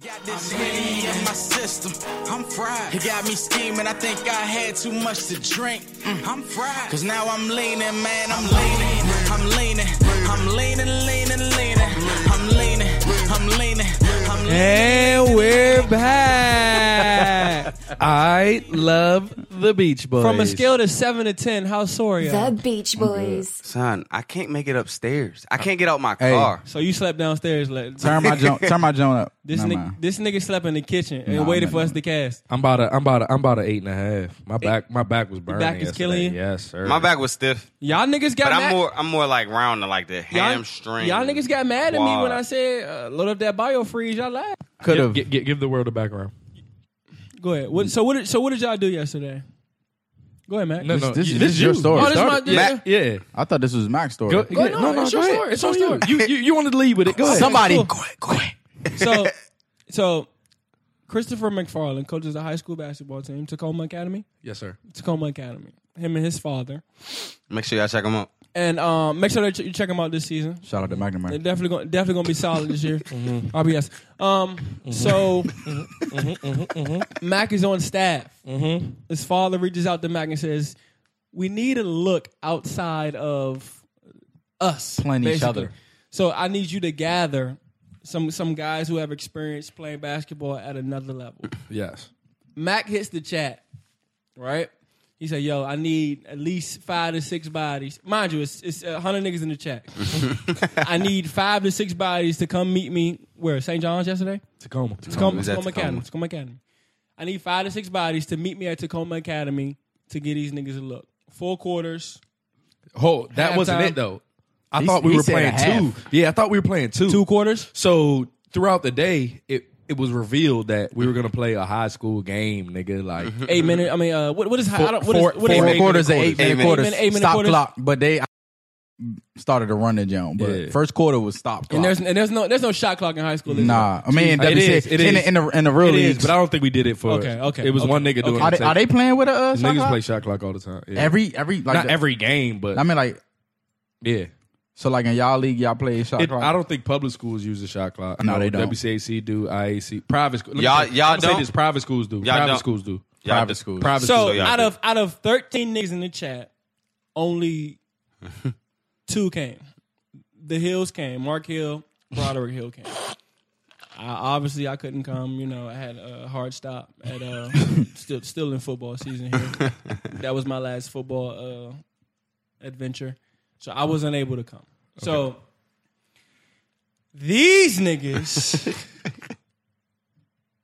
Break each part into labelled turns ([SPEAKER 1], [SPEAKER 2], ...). [SPEAKER 1] Got this Henny in my system. I'm fried. It got me scheming. I think I had too much to drink. Mm, I'm fried. Cause now I'm leaning, man. I'm leaning. I'm leaning. I'm leaning, leaning, leaning. I'm leaning. I'm leaning. I'm leaning.
[SPEAKER 2] And we're back. I love the Beach Boys.
[SPEAKER 3] From a scale to seven to ten, how sore you?
[SPEAKER 4] The Beach Boys.
[SPEAKER 5] Son, I can't make it upstairs. I can't get out my
[SPEAKER 2] Hey.
[SPEAKER 5] car.
[SPEAKER 3] So Oh, you slept downstairs. Like,
[SPEAKER 6] Turn my joint. turn my joint up.
[SPEAKER 3] this
[SPEAKER 6] Never
[SPEAKER 3] nigga,
[SPEAKER 6] mind.
[SPEAKER 3] this nigga slept in the kitchen and
[SPEAKER 6] Nah,
[SPEAKER 3] waited
[SPEAKER 6] I'm
[SPEAKER 3] for
[SPEAKER 6] not
[SPEAKER 3] us to cast.
[SPEAKER 2] I'm about a, I'm about a, I'm about a eight and a half. My back, my back was burning.
[SPEAKER 3] back is
[SPEAKER 2] yesterday.
[SPEAKER 3] killing you?
[SPEAKER 2] Yes, sir.
[SPEAKER 5] My back was stiff,
[SPEAKER 3] Y'all niggas got
[SPEAKER 5] but
[SPEAKER 3] mad.
[SPEAKER 5] I'm more I'm more like round to like the
[SPEAKER 3] y'all,
[SPEAKER 5] hamstring.
[SPEAKER 3] y'all niggas got mad at me when I
[SPEAKER 5] quad.
[SPEAKER 3] said uh, load up that bio freeze. Y'all laughed.
[SPEAKER 6] could
[SPEAKER 2] Give,
[SPEAKER 6] have.
[SPEAKER 2] give, give- give the world a background.
[SPEAKER 3] Go ahead. What, so what? Did, so what did y'all do yesterday? Go ahead, man.
[SPEAKER 2] No,
[SPEAKER 6] This-
[SPEAKER 2] no,
[SPEAKER 6] this
[SPEAKER 2] you-
[SPEAKER 6] is- this is your
[SPEAKER 2] you.
[SPEAKER 6] story.
[SPEAKER 3] Oh, this is my-
[SPEAKER 2] Started-
[SPEAKER 3] yeah.
[SPEAKER 2] yeah.
[SPEAKER 6] I thought this was Mac's story.
[SPEAKER 2] Go, go,
[SPEAKER 3] ahead.
[SPEAKER 2] no,
[SPEAKER 3] It's
[SPEAKER 2] no, it's
[SPEAKER 3] your
[SPEAKER 2] your
[SPEAKER 3] story.
[SPEAKER 2] It's your story. You, you, you wanted to lead with it. Go ahead.
[SPEAKER 5] Somebody,
[SPEAKER 3] Cool.
[SPEAKER 5] quit, quit.
[SPEAKER 3] So, so Christopher McFarland coaches the high school basketball team, Tacoma Academy.
[SPEAKER 2] Yes, sir.
[SPEAKER 3] Tacoma Academy. Him and his father.
[SPEAKER 5] Make sure y'all check them out.
[SPEAKER 3] And um, make sure that you check him out this season.
[SPEAKER 6] Shout out to
[SPEAKER 3] They're
[SPEAKER 6] McNamara.
[SPEAKER 3] definitely going definitely going to be solid this year. RBS. Um, so Mac is on staff. His father reaches out to Mac and says, "We need a look outside of us,
[SPEAKER 6] Playing each
[SPEAKER 3] basically.
[SPEAKER 6] other.
[SPEAKER 3] So I need you to gather some some guys who have experience playing basketball at another level."
[SPEAKER 2] Yes.
[SPEAKER 3] Mac hits the chat, right? He said, "Yo, I need at least five to six bodies. Mind you, it's, it's a hundred niggas in the chat. I need five to six bodies to come meet me where St. John's yesterday.
[SPEAKER 2] Tacoma.
[SPEAKER 3] Tacoma,
[SPEAKER 5] is at
[SPEAKER 3] Tacoma Academy.
[SPEAKER 5] Tacoma.
[SPEAKER 3] Tacoma Academy. I need five to six bodies to meet me at Tacoma Academy to get these niggas a look. Four quarters,
[SPEAKER 2] Oh, that wasn't
[SPEAKER 3] Halftime.
[SPEAKER 2] it though. I
[SPEAKER 6] He-
[SPEAKER 2] thought we
[SPEAKER 6] he
[SPEAKER 2] were
[SPEAKER 6] said
[SPEAKER 2] playing
[SPEAKER 6] a half.
[SPEAKER 2] two. Yeah, I thought we were playing two.
[SPEAKER 3] two quarters.
[SPEAKER 2] So throughout the day, it it was revealed that we were gonna play a high school game, nigga. Like
[SPEAKER 3] Eight minute. I mean, uh, what what is I don't, what is
[SPEAKER 6] Four,
[SPEAKER 3] what is
[SPEAKER 6] four
[SPEAKER 3] eight
[SPEAKER 6] quarters,
[SPEAKER 3] minute
[SPEAKER 6] and eight minute
[SPEAKER 5] Eight
[SPEAKER 6] quarters.
[SPEAKER 3] minute- eight minute
[SPEAKER 6] stop
[SPEAKER 3] quarters.
[SPEAKER 6] clock, but they started to run the joint. But
[SPEAKER 2] Yeah.
[SPEAKER 6] first quarter was stop clock.
[SPEAKER 3] And there's and there's no there's no shot clock in high school. is there?
[SPEAKER 6] nah, I mean,
[SPEAKER 2] It
[SPEAKER 6] WC,
[SPEAKER 2] is, it
[SPEAKER 6] in,
[SPEAKER 2] is.
[SPEAKER 6] The, in the in the real
[SPEAKER 2] it is,
[SPEAKER 6] leagues.
[SPEAKER 2] but I don't think we did it for.
[SPEAKER 3] Okay, okay,
[SPEAKER 2] It was
[SPEAKER 3] okay,
[SPEAKER 2] one nigga doing.
[SPEAKER 3] okay.
[SPEAKER 6] are,
[SPEAKER 2] it.
[SPEAKER 6] they, are they playing with us?
[SPEAKER 2] Niggas play shot clock all the time. Yeah.
[SPEAKER 6] every every like
[SPEAKER 2] not
[SPEAKER 6] the-
[SPEAKER 2] every game, but
[SPEAKER 6] I mean, like
[SPEAKER 2] yeah.
[SPEAKER 6] so, like in y'all league, y'all play shot
[SPEAKER 2] It,
[SPEAKER 6] clock.
[SPEAKER 2] I don't think public schools use the shot clock. I
[SPEAKER 6] No,
[SPEAKER 2] know
[SPEAKER 6] they don't.
[SPEAKER 2] WCAC do, IAC, private schools.
[SPEAKER 5] Y'all- y'all
[SPEAKER 2] Say
[SPEAKER 5] don't?
[SPEAKER 2] this, private schools do. private
[SPEAKER 5] don't.
[SPEAKER 2] schools do.
[SPEAKER 5] Y'all
[SPEAKER 6] Private
[SPEAKER 5] just-
[SPEAKER 6] schools.
[SPEAKER 2] Private
[SPEAKER 3] So
[SPEAKER 2] schools.
[SPEAKER 5] y'all
[SPEAKER 3] out
[SPEAKER 5] do.
[SPEAKER 3] of out of thirteen niggas in the chat, only two came. The Hills came. Mark Hill, Broderick Hill came. I, obviously, I couldn't come. You know, I had a hard stop at uh, still still in football season here. that was my last football uh, adventure, so I was unable to come. So these niggas.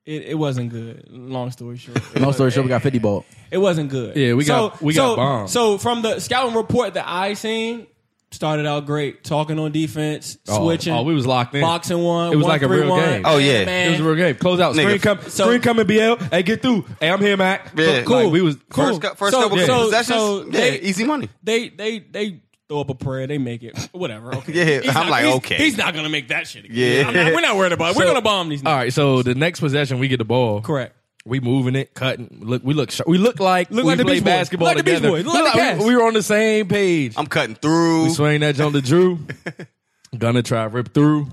[SPEAKER 3] It, it wasn't good. Long story short.
[SPEAKER 6] Long story short, we got fifty ball.
[SPEAKER 3] It wasn't good.
[SPEAKER 2] Yeah, we got- we got
[SPEAKER 3] so,
[SPEAKER 2] bombed.
[SPEAKER 3] So from the scouting report that I seen, started out great, talking on defense,
[SPEAKER 2] Oh,
[SPEAKER 3] switching.
[SPEAKER 2] oh, we was locked in.
[SPEAKER 3] boxing one.
[SPEAKER 2] It was
[SPEAKER 3] one,
[SPEAKER 2] like a
[SPEAKER 3] three,
[SPEAKER 2] real
[SPEAKER 3] one.
[SPEAKER 2] game.
[SPEAKER 5] Oh, yeah.
[SPEAKER 3] man.
[SPEAKER 2] It was a real game. Close out. Screen
[SPEAKER 5] Nigga.
[SPEAKER 2] come,
[SPEAKER 3] So-
[SPEAKER 2] screen coming, BL. Hey, get through. Hey, I'm here, Mac.
[SPEAKER 5] Yeah.
[SPEAKER 2] Cool. we was
[SPEAKER 3] Cool.
[SPEAKER 5] First, cou- first
[SPEAKER 3] So-
[SPEAKER 5] couple
[SPEAKER 3] so-
[SPEAKER 5] possessions,
[SPEAKER 3] so
[SPEAKER 5] yeah,
[SPEAKER 3] they-
[SPEAKER 5] easy money.
[SPEAKER 3] They they they throw up a prayer. They make it. Whatever. Okay.
[SPEAKER 5] Yeah,
[SPEAKER 3] He's
[SPEAKER 5] I'm
[SPEAKER 3] not-
[SPEAKER 5] like,
[SPEAKER 3] he's-
[SPEAKER 5] okay.
[SPEAKER 3] He's not gonna make that shit. Again.
[SPEAKER 5] Yeah.
[SPEAKER 3] I'm not- we're not worried about. it. we're
[SPEAKER 2] So-
[SPEAKER 3] gonna bomb these.
[SPEAKER 2] All
[SPEAKER 3] niggas.
[SPEAKER 2] right. So the next possession, we get the ball.
[SPEAKER 3] Correct.
[SPEAKER 2] We moving it, cutting. Look, we look. sh- We look like
[SPEAKER 3] Look
[SPEAKER 2] we
[SPEAKER 3] like the
[SPEAKER 2] play
[SPEAKER 3] Beach Boys.
[SPEAKER 2] basketball
[SPEAKER 3] Look like the Beach
[SPEAKER 2] together.
[SPEAKER 3] Boys. Look like the Cavs.
[SPEAKER 2] we, we were on the same page.
[SPEAKER 5] I'm cutting through.
[SPEAKER 2] We swing that jump to Drew. Gonna try rip through,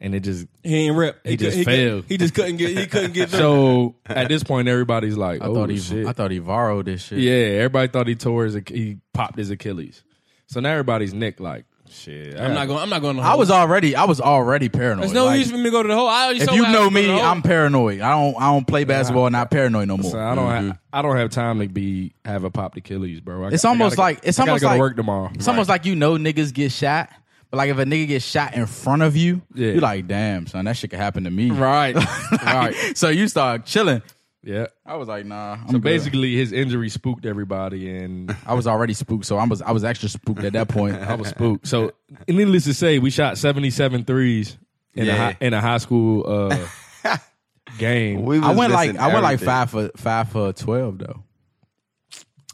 [SPEAKER 2] and it just
[SPEAKER 3] He ain't rip. He,
[SPEAKER 2] just
[SPEAKER 3] cou- he cou-
[SPEAKER 2] failed.
[SPEAKER 3] He just couldn't get. He couldn't get. through.
[SPEAKER 2] so at this point everybody's like,
[SPEAKER 6] I
[SPEAKER 2] oh
[SPEAKER 6] thought he,
[SPEAKER 2] shit,
[SPEAKER 6] I thought he borrowed this shit.
[SPEAKER 2] yeah. Everybody thought he tore his Ach- he popped his Achilles, so now everybody's Nick like, shit.
[SPEAKER 3] I'm not going. I'm not going. to the
[SPEAKER 6] I
[SPEAKER 3] hole.
[SPEAKER 6] was already, I was already paranoid.
[SPEAKER 3] There's no
[SPEAKER 6] Like,
[SPEAKER 3] reason for me to go to the hole. I already
[SPEAKER 6] if
[SPEAKER 3] saw
[SPEAKER 6] you
[SPEAKER 3] what
[SPEAKER 6] know
[SPEAKER 3] happened to
[SPEAKER 6] me,
[SPEAKER 3] the hole.
[SPEAKER 6] I'm paranoid. I don't, I don't play basketball, and I'm paranoid no more.
[SPEAKER 2] So I don't
[SPEAKER 6] Mm-hmm.
[SPEAKER 2] have I don't have time to be have a popped Achilles, bro. I,
[SPEAKER 6] It's
[SPEAKER 2] I
[SPEAKER 6] almost
[SPEAKER 2] gotta-
[SPEAKER 6] like it's
[SPEAKER 2] I gotta
[SPEAKER 6] almost
[SPEAKER 2] go to
[SPEAKER 6] like
[SPEAKER 2] work tomorrow.
[SPEAKER 6] It's almost like you know niggas get shot, but like if a nigga gets shot in front of you,
[SPEAKER 2] Yeah.
[SPEAKER 6] you're like, damn, son, that shit could happen to me.
[SPEAKER 2] right, right,
[SPEAKER 6] So you start chilling.
[SPEAKER 2] yeah.
[SPEAKER 6] I was like, nah. I'm
[SPEAKER 2] So
[SPEAKER 6] good.
[SPEAKER 2] basically, his injury spooked everybody, and
[SPEAKER 6] I was already spooked, so I was I was extra spooked at that point.
[SPEAKER 2] I was spooked. So, and needless to say, we shot 77 threes in a
[SPEAKER 5] Yeah.
[SPEAKER 2] high, in a high school uh, game.
[SPEAKER 5] We was
[SPEAKER 6] I went like
[SPEAKER 5] missing
[SPEAKER 6] I went like
[SPEAKER 5] everything.
[SPEAKER 6] five for five for twelve though.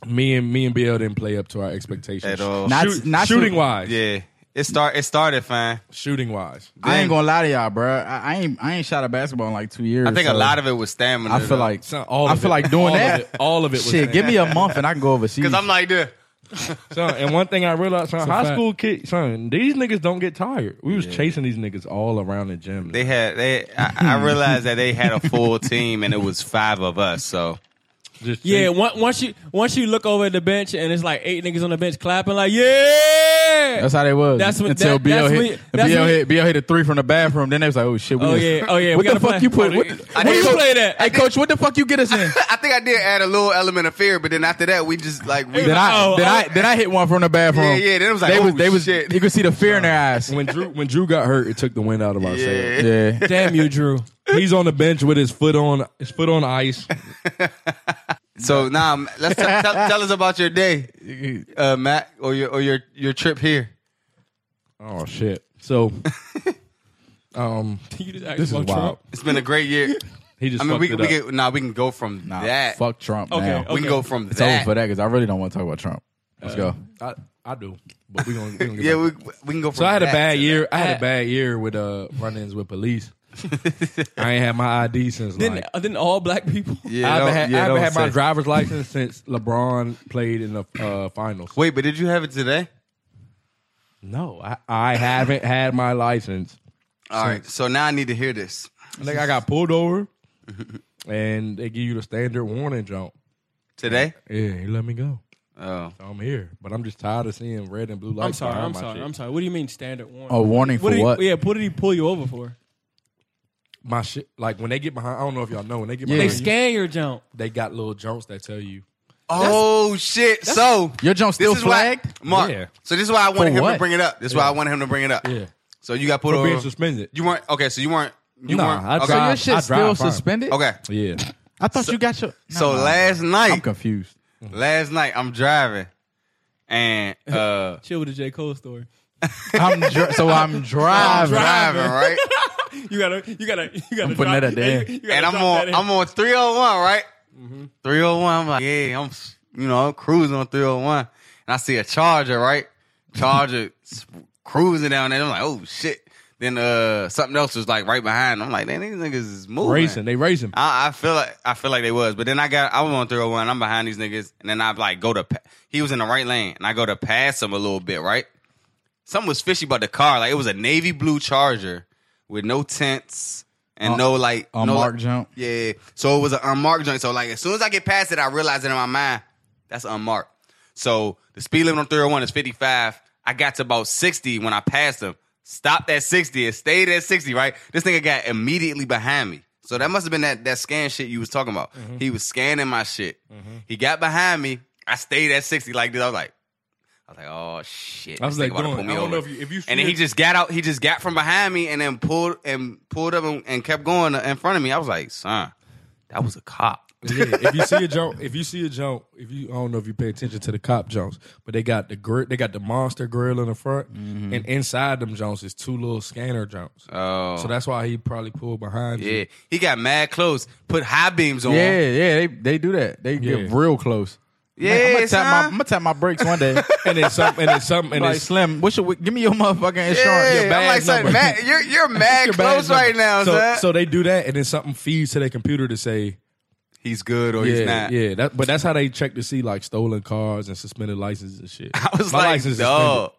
[SPEAKER 2] me and me and BL didn't play up to our expectations
[SPEAKER 5] At all.
[SPEAKER 6] Not-
[SPEAKER 2] Shoot-
[SPEAKER 6] not
[SPEAKER 2] shooting
[SPEAKER 6] shooting-
[SPEAKER 2] wise,
[SPEAKER 5] Yeah, it start. It started fine.
[SPEAKER 2] shooting wise.
[SPEAKER 6] I
[SPEAKER 5] Then-
[SPEAKER 6] ain't gonna lie to y'all, bro. I, I ain't I ain't shot a basketball in like two years.
[SPEAKER 5] I think a
[SPEAKER 6] so
[SPEAKER 5] lot of it was stamina.
[SPEAKER 6] I feel like
[SPEAKER 2] It's not all
[SPEAKER 6] I
[SPEAKER 2] of
[SPEAKER 6] feel
[SPEAKER 2] it.
[SPEAKER 6] like doing
[SPEAKER 2] All of
[SPEAKER 6] that.
[SPEAKER 2] it- all of it was
[SPEAKER 6] Shit,
[SPEAKER 2] that.
[SPEAKER 6] give me a month and I can go overseas.
[SPEAKER 5] because I'm like, dude,
[SPEAKER 2] son, and one thing I realized, son, high
[SPEAKER 3] fact.
[SPEAKER 2] school kids, son, these niggas don't get tired. We was chasing these niggas all around the gym.
[SPEAKER 5] They had they. I, I realized that they had a full team, and it was five of us. So
[SPEAKER 2] just
[SPEAKER 3] Yeah, on- once you once you look over at the bench and it's like eight niggas on the bench clapping, like yeah,
[SPEAKER 6] That's how they was.
[SPEAKER 3] That's what-
[SPEAKER 6] until
[SPEAKER 3] that-
[SPEAKER 6] BL
[SPEAKER 3] that's
[SPEAKER 6] hit.
[SPEAKER 3] what- that's
[SPEAKER 6] BL
[SPEAKER 3] what-
[SPEAKER 6] hit. BL hit a three from the bathroom. Then they was like, "Oh shit, we
[SPEAKER 3] Oh,
[SPEAKER 6] just-
[SPEAKER 3] yeah. Oh, yeah.
[SPEAKER 6] What
[SPEAKER 3] We
[SPEAKER 6] the
[SPEAKER 3] gotta
[SPEAKER 6] fuck
[SPEAKER 3] play.
[SPEAKER 6] you put?
[SPEAKER 3] Oh,
[SPEAKER 6] What,
[SPEAKER 3] yeah.
[SPEAKER 6] what
[SPEAKER 5] Where you
[SPEAKER 6] coach-
[SPEAKER 3] play that?
[SPEAKER 6] Hey coach, what the fuck you get us in?
[SPEAKER 5] I think I did add a little element of fear, but then after that, we just like we.
[SPEAKER 6] Then I,
[SPEAKER 3] Oh,
[SPEAKER 6] then I,
[SPEAKER 3] oh.
[SPEAKER 6] then I hit one from the bathroom.
[SPEAKER 5] Yeah, yeah, then it was like,
[SPEAKER 6] they was,
[SPEAKER 5] oh,
[SPEAKER 6] they was,
[SPEAKER 5] shit.
[SPEAKER 6] you could see the fear in their eyes.
[SPEAKER 2] when Drew when Drew got hurt, it took the wind out of our sails.
[SPEAKER 6] Yeah,
[SPEAKER 3] damn you, Drew.
[SPEAKER 2] He's on the bench with his foot on his foot on ice.
[SPEAKER 5] so now, nah, let's t- tell, tell us about your day, uh, Matt, or your or your your trip here.
[SPEAKER 2] Oh shit! So, um,
[SPEAKER 3] You just asked
[SPEAKER 2] this is
[SPEAKER 3] about
[SPEAKER 2] wild.
[SPEAKER 3] Trump.
[SPEAKER 5] It's been a great year.
[SPEAKER 2] He just
[SPEAKER 5] I mean,
[SPEAKER 2] fucked
[SPEAKER 5] we
[SPEAKER 2] it
[SPEAKER 5] we
[SPEAKER 2] up.
[SPEAKER 5] can, nah, we can go from
[SPEAKER 6] Nah,
[SPEAKER 5] that.
[SPEAKER 6] fuck Trump.
[SPEAKER 3] Okay,
[SPEAKER 6] now.
[SPEAKER 3] okay.
[SPEAKER 5] we can go from
[SPEAKER 6] It's over
[SPEAKER 5] that.
[SPEAKER 6] for that because I really don't want to talk about Trump. Let's go.
[SPEAKER 2] I, I do, but we gonna, we gonna get
[SPEAKER 5] Yeah,
[SPEAKER 2] back.
[SPEAKER 5] we we can go. From
[SPEAKER 2] So I had a
[SPEAKER 5] that
[SPEAKER 2] bad
[SPEAKER 5] to
[SPEAKER 2] year. I had a bad year with uh run-ins with police. I ain't had my ID since
[SPEAKER 3] Then uh,
[SPEAKER 2] like
[SPEAKER 3] then all black people.
[SPEAKER 5] that. Yeah,
[SPEAKER 2] I haven't
[SPEAKER 5] don't-
[SPEAKER 2] had,
[SPEAKER 5] yeah,
[SPEAKER 2] I haven't
[SPEAKER 5] don't
[SPEAKER 2] had my
[SPEAKER 5] say-
[SPEAKER 2] driver's license since LeBron played in the uh, finals.
[SPEAKER 5] Wait, but did you have it today?
[SPEAKER 2] No, I, I haven't had my license.
[SPEAKER 5] All right. So now I need to hear this.
[SPEAKER 2] Like I got pulled over, and they give you the standard warning jump.
[SPEAKER 5] Today?
[SPEAKER 2] Yeah, you let me go.
[SPEAKER 5] Oh.
[SPEAKER 2] I'm here, but I'm just tired of seeing red and blue lights.
[SPEAKER 3] I'm sorry.
[SPEAKER 2] behind
[SPEAKER 3] I'm
[SPEAKER 2] my
[SPEAKER 3] sorry.
[SPEAKER 2] shit.
[SPEAKER 3] I'm sorry. What do you mean standard warning?
[SPEAKER 6] A warning Oh,
[SPEAKER 3] what?
[SPEAKER 6] for
[SPEAKER 3] did he-
[SPEAKER 6] what?
[SPEAKER 3] Yeah. What did he pull you over for?
[SPEAKER 2] my shit. Like when they get behind, I don't know if y'all know when they get
[SPEAKER 6] Yeah.
[SPEAKER 2] behind,
[SPEAKER 3] They
[SPEAKER 6] They
[SPEAKER 2] you, they,
[SPEAKER 3] scan your jump.
[SPEAKER 2] got little jumps that tell you.
[SPEAKER 5] Oh shit. So
[SPEAKER 6] Your jump still
[SPEAKER 5] this is why
[SPEAKER 6] flagged?
[SPEAKER 5] Mark.
[SPEAKER 2] Yeah.
[SPEAKER 5] So this is why I wanted
[SPEAKER 6] For
[SPEAKER 5] him to
[SPEAKER 6] what?
[SPEAKER 5] bring it up. This is why I wanted him to bring it up.
[SPEAKER 2] Yeah.
[SPEAKER 5] So you got pulled
[SPEAKER 2] For being
[SPEAKER 5] over.
[SPEAKER 2] suspended.
[SPEAKER 5] You weren't okay, so you weren't you
[SPEAKER 2] Nah,
[SPEAKER 5] weren't
[SPEAKER 2] I
[SPEAKER 5] okay.
[SPEAKER 6] so
[SPEAKER 2] drive-
[SPEAKER 6] your
[SPEAKER 2] I
[SPEAKER 6] shit still
[SPEAKER 2] drive fine.
[SPEAKER 6] suspended?
[SPEAKER 5] okay.
[SPEAKER 2] Yeah,
[SPEAKER 6] I thought you got your.
[SPEAKER 5] So
[SPEAKER 6] Nah,
[SPEAKER 5] last night
[SPEAKER 6] I'm confused.
[SPEAKER 5] last night I'm driving and uh
[SPEAKER 3] Chill with the J Cole story.
[SPEAKER 6] I'm dri- so I'm driving.
[SPEAKER 5] driving, right?
[SPEAKER 3] You gotta. You gotta. You gotta.
[SPEAKER 6] putting
[SPEAKER 3] drop-
[SPEAKER 6] that at the
[SPEAKER 3] you-
[SPEAKER 6] end.
[SPEAKER 3] you gotta
[SPEAKER 5] And I'm
[SPEAKER 3] drop that
[SPEAKER 5] on
[SPEAKER 3] in.
[SPEAKER 5] I'm on 301, right? 301. I'm like, yeah, I'm you know, I'm cruising on 301. And I see a charger, right? Charger s- cruising down there. I'm like, oh shit. Then uh something else was like right behind. I'm like, damn, these niggas is moving.
[SPEAKER 2] racing. They racing.
[SPEAKER 5] I, I feel like I feel like they was, but then I got I was on 301. I'm behind these niggas, and then I like go to. pa- He was in the right lane, and I go to pass him a little bit, right? Something was fishy about the car. Like it was a navy blue Charger with no tents and
[SPEAKER 6] Un-
[SPEAKER 5] no like no,
[SPEAKER 6] unmarked
[SPEAKER 5] like-
[SPEAKER 6] jump?
[SPEAKER 5] Yeah, so it was an unmarked joint. So like as soon as I get past it, I realize it in my mind that's unmarked. So the speed limit on 301 is 55. I got to about 60 when I passed him. Stopped at 60 and stayed at 60, right? This nigga got immediately behind me. So that must have been that, that scan shit you was talking about. He was scanning my shit. He got behind me. I stayed at 60 like this. I was like, I was like, oh shit.
[SPEAKER 2] I was
[SPEAKER 5] This
[SPEAKER 2] like,
[SPEAKER 5] nigga about to
[SPEAKER 2] doing-
[SPEAKER 5] pull me
[SPEAKER 2] I don't
[SPEAKER 5] over.
[SPEAKER 2] know if you- if you
[SPEAKER 5] and then he
[SPEAKER 2] should-
[SPEAKER 5] just got out, he just got from behind me and then pulled and pulled up and, and kept going in front of me. I was like, son, that was a cop.
[SPEAKER 2] yeah, if you see a jump, if you see a jump, if you I don't know if you pay attention to the cop jumps, but they got the grill, they got the monster grill in the front,
[SPEAKER 5] Mm-hmm.
[SPEAKER 2] and inside them jumps is two little scanner jumps.
[SPEAKER 5] Oh.
[SPEAKER 2] so that's why he probably pulled behind you.
[SPEAKER 5] Yeah, he got mad close. Put high beams on.
[SPEAKER 6] Yeah, yeah, they they do that. They get
[SPEAKER 2] Yeah.
[SPEAKER 6] real close.
[SPEAKER 5] yeah.
[SPEAKER 6] I'm gonna tap my,
[SPEAKER 5] son.
[SPEAKER 6] I'm gonna tap my brakes one day.
[SPEAKER 2] and it's something, and it's something, and
[SPEAKER 6] like
[SPEAKER 2] it's
[SPEAKER 6] Slim, what should we, give me your motherfucking insurance?
[SPEAKER 5] yeah.
[SPEAKER 6] Your
[SPEAKER 5] I'm
[SPEAKER 6] badge
[SPEAKER 5] like, son,
[SPEAKER 6] number.
[SPEAKER 5] Matt, you're you're mad
[SPEAKER 6] Your badge
[SPEAKER 5] close
[SPEAKER 6] number.
[SPEAKER 5] right now,
[SPEAKER 2] so,
[SPEAKER 5] son.
[SPEAKER 2] so they do that, and then something feeds to their computer to say
[SPEAKER 5] he's good or
[SPEAKER 2] yeah,
[SPEAKER 5] he's not.
[SPEAKER 2] yeah. That, but that's how they check to see like stolen cars and suspended licenses and shit.
[SPEAKER 5] I was
[SPEAKER 2] My
[SPEAKER 5] like,
[SPEAKER 2] license is
[SPEAKER 5] dog.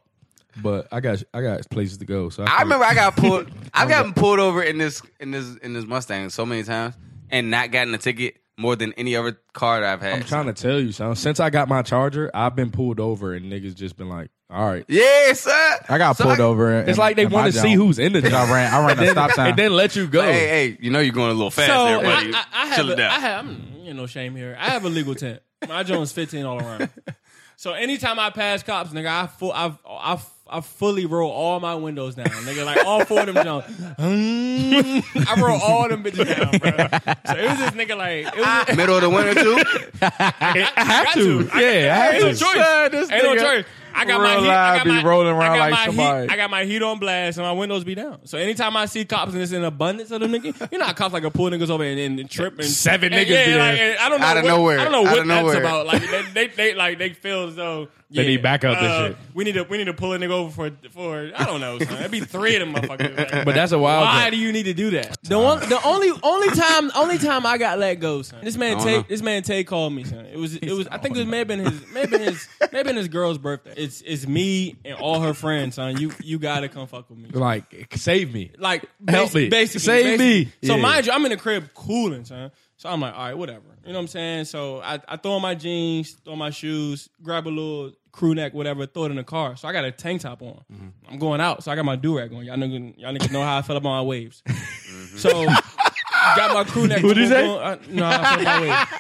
[SPEAKER 2] suspended, but I got I got places to go. So I,
[SPEAKER 5] I
[SPEAKER 2] couldn't-
[SPEAKER 5] remember I got pulled. I've gotten pulled over in this in this in this Mustang so many times and not gotten a ticket more than any other car that I've had.
[SPEAKER 2] I'm trying to tell you, son. Since I got my charger, I've been pulled over, and niggas just been like, "All right."
[SPEAKER 5] yeah, son.
[SPEAKER 6] I got
[SPEAKER 5] So
[SPEAKER 6] pulled over.
[SPEAKER 2] It's like they want to see who's in the
[SPEAKER 6] I
[SPEAKER 2] job.
[SPEAKER 6] ran. I ran a stop sign.
[SPEAKER 2] and then let you go.
[SPEAKER 5] Hey, hey, you know you're going a little fast
[SPEAKER 3] So
[SPEAKER 5] there,
[SPEAKER 3] I,
[SPEAKER 5] buddy.
[SPEAKER 3] I, I have,
[SPEAKER 5] Chill it
[SPEAKER 3] a, I
[SPEAKER 5] down.
[SPEAKER 3] have, I'm, you know, shame here. I have a legal tent. My Jones fifteen all around. So anytime I pass cops, nigga, I full, I, I, I fully roll all my windows down, nigga, like all four of them Jones. I roll all them bitches down, bro. So it was this nigga like, it was,
[SPEAKER 5] Middle of the winter too.
[SPEAKER 2] I had to. Yeah, I
[SPEAKER 3] ain't no
[SPEAKER 2] had
[SPEAKER 3] choice.
[SPEAKER 2] to.
[SPEAKER 3] ain't no
[SPEAKER 6] nigga-
[SPEAKER 3] choice. I got my
[SPEAKER 2] Real
[SPEAKER 3] heat. I
[SPEAKER 2] live
[SPEAKER 3] got
[SPEAKER 2] be
[SPEAKER 3] my,
[SPEAKER 2] rolling around
[SPEAKER 3] I got
[SPEAKER 2] like
[SPEAKER 3] my
[SPEAKER 2] somebody.
[SPEAKER 3] Heat, I got my heat on blast and my windows be down. So anytime I see cops and it's an abundance of them niggas, you know how cops like to pull niggas over and, and, trip and
[SPEAKER 2] Seven
[SPEAKER 3] and,
[SPEAKER 2] niggas be
[SPEAKER 3] like,
[SPEAKER 2] there.
[SPEAKER 3] and I don't know
[SPEAKER 5] Outta
[SPEAKER 3] what,
[SPEAKER 5] nowhere.
[SPEAKER 3] I don't know what
[SPEAKER 5] Outta nowhere.
[SPEAKER 3] that's about. Like they, they, they like they feel as though
[SPEAKER 2] They
[SPEAKER 3] yeah,
[SPEAKER 2] need backup and
[SPEAKER 3] uh,
[SPEAKER 2] shit.
[SPEAKER 3] We need to we need to pull a nigga over for for I don't know. Son. That'd be three of them motherfuckers. Like,
[SPEAKER 2] But that's a wild
[SPEAKER 3] Why
[SPEAKER 2] joke.
[SPEAKER 3] do you need to do that? The one, the only, only time, only time I got let go, son. This man,
[SPEAKER 5] don't
[SPEAKER 3] Tay,
[SPEAKER 5] know.
[SPEAKER 3] this man Tay called me, son. It was, it was. I think it was, may have been his, may have been his, may have been his girl's birthday. It's, it's me and all her friends, son. You, you gotta come fuck with me.
[SPEAKER 2] Like, save me.
[SPEAKER 3] Like,
[SPEAKER 2] Help
[SPEAKER 3] basi-
[SPEAKER 2] me.
[SPEAKER 3] basically,
[SPEAKER 2] Save
[SPEAKER 3] basically.
[SPEAKER 2] me.
[SPEAKER 3] So
[SPEAKER 2] Yeah.
[SPEAKER 3] mind you, I'm in the crib cooling, son. So I'm like, all right, whatever. You know what I'm saying? So I, I throw on my jeans, throw on my shoes, grab a little crew neck, whatever, throw it in the car. So I got a tank top on.
[SPEAKER 2] Mm-hmm.
[SPEAKER 3] I'm going out, so I got my do rag on. Y'all niggas, y'all niggas know how I feel about my waves. So got my crew neck.
[SPEAKER 2] Mm-hmm. What'd you say?
[SPEAKER 3] Uh, no, I feel my waves.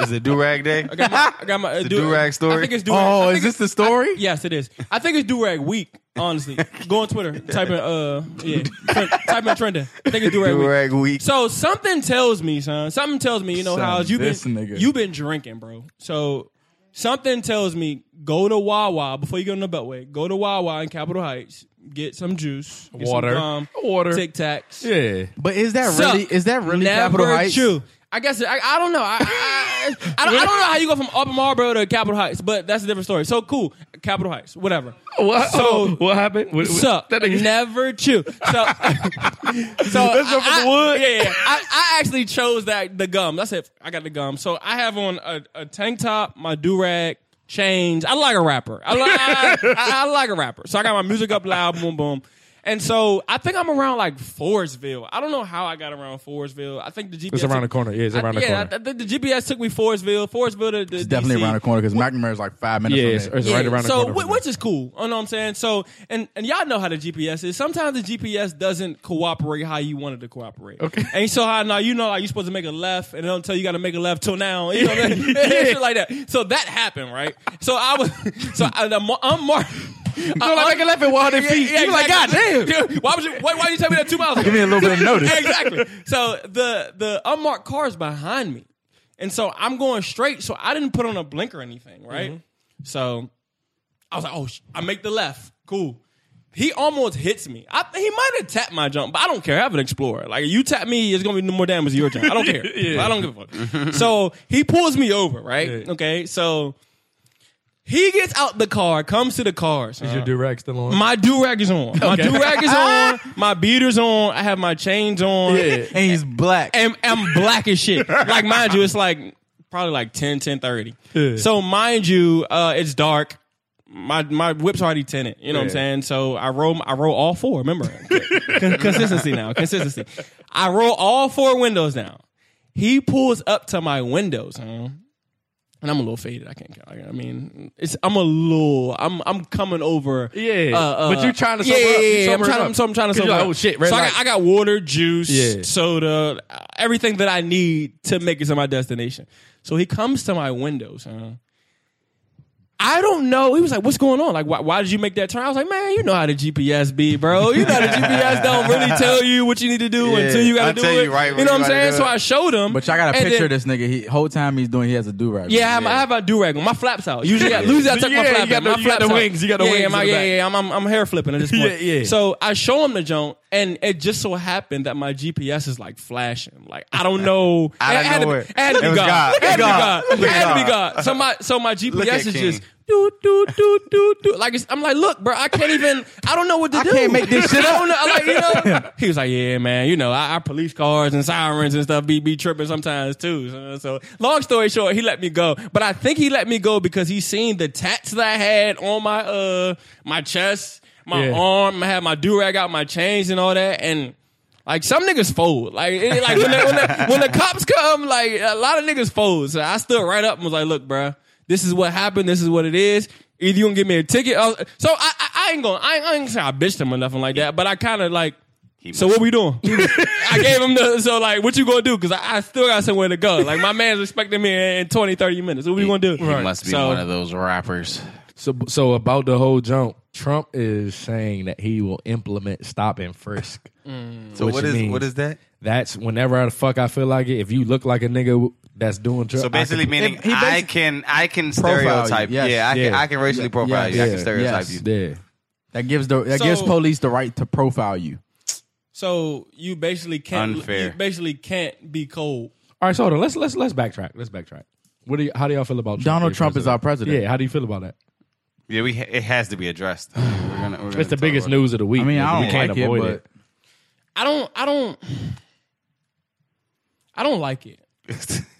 [SPEAKER 5] Is it do rag day?
[SPEAKER 3] I got my, I got my uh,
[SPEAKER 5] do rag story?
[SPEAKER 3] I think it's do rag.
[SPEAKER 6] Oh, is this the story?
[SPEAKER 3] Yes, it is. I think it's do rag week. Honestly, go on Twitter, type in uh, yeah, trend, type in trending. I think it's do rag week.
[SPEAKER 5] Do-rag week.
[SPEAKER 3] So something tells me, son. Something tells me, you know,
[SPEAKER 6] Son,
[SPEAKER 3] how you been
[SPEAKER 6] this nigga.
[SPEAKER 3] you been drinking, bro. So something tells me go to Wawa before you go on the Beltway. Go to Wawa in Capitol Heights, get some juice, get some
[SPEAKER 2] Water.
[SPEAKER 3] gum,
[SPEAKER 2] Water.
[SPEAKER 3] Tic Tacs.
[SPEAKER 2] Yeah.
[SPEAKER 6] But is that
[SPEAKER 3] Suck.
[SPEAKER 6] really is that really
[SPEAKER 3] Never
[SPEAKER 6] Capitol Heights?
[SPEAKER 3] True. I guess I, I don't know. I, I, I, don't, I don't know how you go from Upper Marlboro to Capitol Heights, but that's a different story. So cool, Capitol Heights, whatever.
[SPEAKER 2] What?
[SPEAKER 3] So-
[SPEAKER 2] what happened? What, what-
[SPEAKER 3] Suck,
[SPEAKER 2] That nigga,
[SPEAKER 3] never chew. So, so I,
[SPEAKER 2] from the wood?
[SPEAKER 3] Yeah, yeah. I, I actually chose that the gum. That's it. I got the gum. So I have on a, a tank top, my do rag, chains. I like a rapper. I like I, I like a rapper. So I got my music up loud, boom boom. And so I think I'm around like Forestville. I don't know how I got around Forestville. I think the GPS took-
[SPEAKER 2] around the corner. Yeah, it's
[SPEAKER 3] I-
[SPEAKER 2] around the
[SPEAKER 3] yeah,
[SPEAKER 2] corner.
[SPEAKER 3] I, think the GPS took me Forestville. Forestville to, to
[SPEAKER 6] It's definitely
[SPEAKER 3] DC.
[SPEAKER 6] around the corner because McNamara's like five minutes
[SPEAKER 2] Yeah,
[SPEAKER 6] from
[SPEAKER 2] it's-
[SPEAKER 6] there.
[SPEAKER 2] it's right around the
[SPEAKER 3] so
[SPEAKER 2] corner.
[SPEAKER 3] whi-
[SPEAKER 2] from
[SPEAKER 3] which is cool. You know what I'm saying? So and and y'all know how the GPS is. Sometimes the GPS doesn't cooperate how you wanted to cooperate.
[SPEAKER 2] Okay.
[SPEAKER 3] And so how now you know like you're supposed to make a left and it don't tell you got to make a left till now. You know what I mean? Shit like that. So that happened, right? So I was so I, I'm, I'm marked. You know,
[SPEAKER 6] like, make a left at 100 feet. You like, "God
[SPEAKER 3] damn! Why would you? Why, why you tell me that two miles? Give
[SPEAKER 6] me a little bit of notice.
[SPEAKER 3] exactly. So the the unmarked car is behind me, and so I'm going straight. So I didn't put on a blink or anything, right?
[SPEAKER 6] Mm-hmm.
[SPEAKER 3] So I was like, oh, sh-. I make the left. Cool. He almost hits me. I, he might have tapped my jump, but I don't care. I have an explorer. Like you tap me, it's gonna be no more damage to your jump. I don't care. I don't give a fuck. so he pulls me over, right?
[SPEAKER 2] Yeah.
[SPEAKER 3] Okay, so he gets out the car, comes to the car. son.
[SPEAKER 2] Is your direct still on?
[SPEAKER 3] My do rag is on. My do rag is on. My beater's on. I have my chains on.
[SPEAKER 2] Yeah.
[SPEAKER 6] And he's black.
[SPEAKER 3] And I'm black as shit. Like, mind you, it's like probably like 10, 10
[SPEAKER 2] Yeah.
[SPEAKER 3] So, mind you, uh, it's dark. My my whip's already tinted. You know what I'm
[SPEAKER 2] Yeah.
[SPEAKER 3] saying? So I roll I roll all four. Remember, Con- consistency now, consistency. I roll all four windows down. He pulls up to my windows, huh? and I'm a little faded. I can't. I mean, it's I'm a little. I'm I'm coming over.
[SPEAKER 2] Yeah.
[SPEAKER 3] uh, uh,
[SPEAKER 2] But you trying to
[SPEAKER 3] yeah,
[SPEAKER 2] sober
[SPEAKER 3] yeah,
[SPEAKER 2] up. You
[SPEAKER 3] yeah, yeah. I'm
[SPEAKER 2] sobering
[SPEAKER 3] trying.
[SPEAKER 2] up.
[SPEAKER 3] I'm, so I'm trying to
[SPEAKER 2] 'Cause you're
[SPEAKER 3] sober.
[SPEAKER 2] like,
[SPEAKER 3] up.
[SPEAKER 2] oh, shit, red
[SPEAKER 3] so I
[SPEAKER 2] light.
[SPEAKER 3] got, I got water, juice,
[SPEAKER 2] Yeah.
[SPEAKER 3] soda, uh, everything that I need to make it to my destination. So he comes to my windows. Huh? I don't know. He was like, "What's going on? Like, why, why did you make that turn?" I was like, "Man, you know how the GPS be, bro. You know the GPS don't really tell you what you need to do until you got to
[SPEAKER 5] I'll
[SPEAKER 3] do
[SPEAKER 5] tell
[SPEAKER 3] it.
[SPEAKER 5] you right when
[SPEAKER 3] know
[SPEAKER 5] you
[SPEAKER 3] what I'm
[SPEAKER 5] gotta
[SPEAKER 3] saying?
[SPEAKER 5] do
[SPEAKER 3] So
[SPEAKER 5] it.
[SPEAKER 3] I showed him.
[SPEAKER 6] but y'all got to
[SPEAKER 3] and
[SPEAKER 6] picture
[SPEAKER 3] then-
[SPEAKER 6] this nigga. He whole time he's doing he has a do rag.
[SPEAKER 3] yeah, I have, I have a do rag. My flaps out. Usually, I, usually I tuck
[SPEAKER 2] Yeah,
[SPEAKER 3] my
[SPEAKER 2] you
[SPEAKER 3] flap.
[SPEAKER 2] got
[SPEAKER 3] in.
[SPEAKER 2] the-
[SPEAKER 3] my
[SPEAKER 2] you
[SPEAKER 3] flaps
[SPEAKER 2] got the
[SPEAKER 3] out.
[SPEAKER 2] wings. You got the
[SPEAKER 3] yeah,
[SPEAKER 2] wings
[SPEAKER 3] Yeah,
[SPEAKER 2] in
[SPEAKER 3] my,
[SPEAKER 2] the
[SPEAKER 3] yeah,
[SPEAKER 2] back.
[SPEAKER 3] yeah, yeah. I'm, I'm, I'm hair flipping at this point.
[SPEAKER 2] Yeah, yeah.
[SPEAKER 3] So I show him the joint, and it just so happened that my GPS is like flashing. Like I don't know.
[SPEAKER 5] Out of
[SPEAKER 3] it, had to be-
[SPEAKER 5] nowhere.
[SPEAKER 3] it had to
[SPEAKER 5] It
[SPEAKER 3] be
[SPEAKER 5] was God.
[SPEAKER 3] God. It had to be
[SPEAKER 5] God.
[SPEAKER 3] God. It
[SPEAKER 5] Look at
[SPEAKER 3] had to be
[SPEAKER 5] God.
[SPEAKER 3] God. So my, so my GPS
[SPEAKER 5] at
[SPEAKER 3] is
[SPEAKER 5] King.
[SPEAKER 3] just do do do do do. Like it's, I'm like, look, bro, I can't even. I don't know what to do.
[SPEAKER 6] can't make this shit
[SPEAKER 3] I don't know. I Like you know. He was like, yeah, man. You know, our, our police cars and sirens and stuff be be tripping sometimes too. So, so long story short, he let me go. But I think he let me go because he seen the tats that I had on my uh my chest, my
[SPEAKER 2] Yeah.
[SPEAKER 3] arm. I had my do rag out, my chains and all that, and. Like some niggas fold. Like it, like when the, when, the, when the cops come, like a lot of niggas fold. So I stood right up and was like, "Look, bruh, this is what happened. This is what it is. Either you gonna give me a ticket, or, so I, I I ain't gonna I, ain't- I ain't say I bitched him or nothing like that. But I kind of like. So what we doing? I gave him the so like what you gonna do? Because I, I still got somewhere to go. Like my man's expecting me in, in 20, 30 minutes. What we gonna do?
[SPEAKER 5] He must be
[SPEAKER 3] So-
[SPEAKER 5] one of those rappers.
[SPEAKER 2] So, so about the whole jump, Trump is saying that he will implement stop and frisk.
[SPEAKER 5] So
[SPEAKER 2] What
[SPEAKER 5] what
[SPEAKER 3] Mm.
[SPEAKER 2] you
[SPEAKER 5] is
[SPEAKER 2] mean?
[SPEAKER 5] what is that?
[SPEAKER 2] That's whenever the fuck I feel like it. If you look like a nigga that's doing drugs.
[SPEAKER 5] So basically, meaning
[SPEAKER 6] If he
[SPEAKER 5] I
[SPEAKER 6] basi-
[SPEAKER 5] can I can
[SPEAKER 6] Profile you,
[SPEAKER 5] stereotype.
[SPEAKER 6] yes.
[SPEAKER 5] yeah, I can
[SPEAKER 2] Yeah.
[SPEAKER 5] I can racially profile
[SPEAKER 6] yes.
[SPEAKER 5] you. I can
[SPEAKER 2] Yeah.
[SPEAKER 5] stereotype
[SPEAKER 6] Yes.
[SPEAKER 5] you.
[SPEAKER 2] yeah,
[SPEAKER 6] That gives the that gives
[SPEAKER 3] So-
[SPEAKER 6] police the right to profile you.
[SPEAKER 3] So you basically can't
[SPEAKER 5] Unfair.
[SPEAKER 3] you basically can't be cold.
[SPEAKER 2] All right, so hold on. Let's let's let's backtrack. Let's backtrack. What do you, how do y'all feel about Trump
[SPEAKER 6] Donald
[SPEAKER 2] being
[SPEAKER 6] Trump is our president.
[SPEAKER 2] Yeah, how do you feel about that?
[SPEAKER 5] Yeah, we ha- it has to be addressed. I mean, we're gonna- we're gonna
[SPEAKER 2] It's the
[SPEAKER 5] talk
[SPEAKER 2] biggest
[SPEAKER 5] about it.
[SPEAKER 2] news of the week.
[SPEAKER 6] I mean, I
[SPEAKER 2] We
[SPEAKER 6] don't
[SPEAKER 2] can't
[SPEAKER 6] like it,
[SPEAKER 2] avoid
[SPEAKER 6] but
[SPEAKER 3] I don't I don't I don't like it.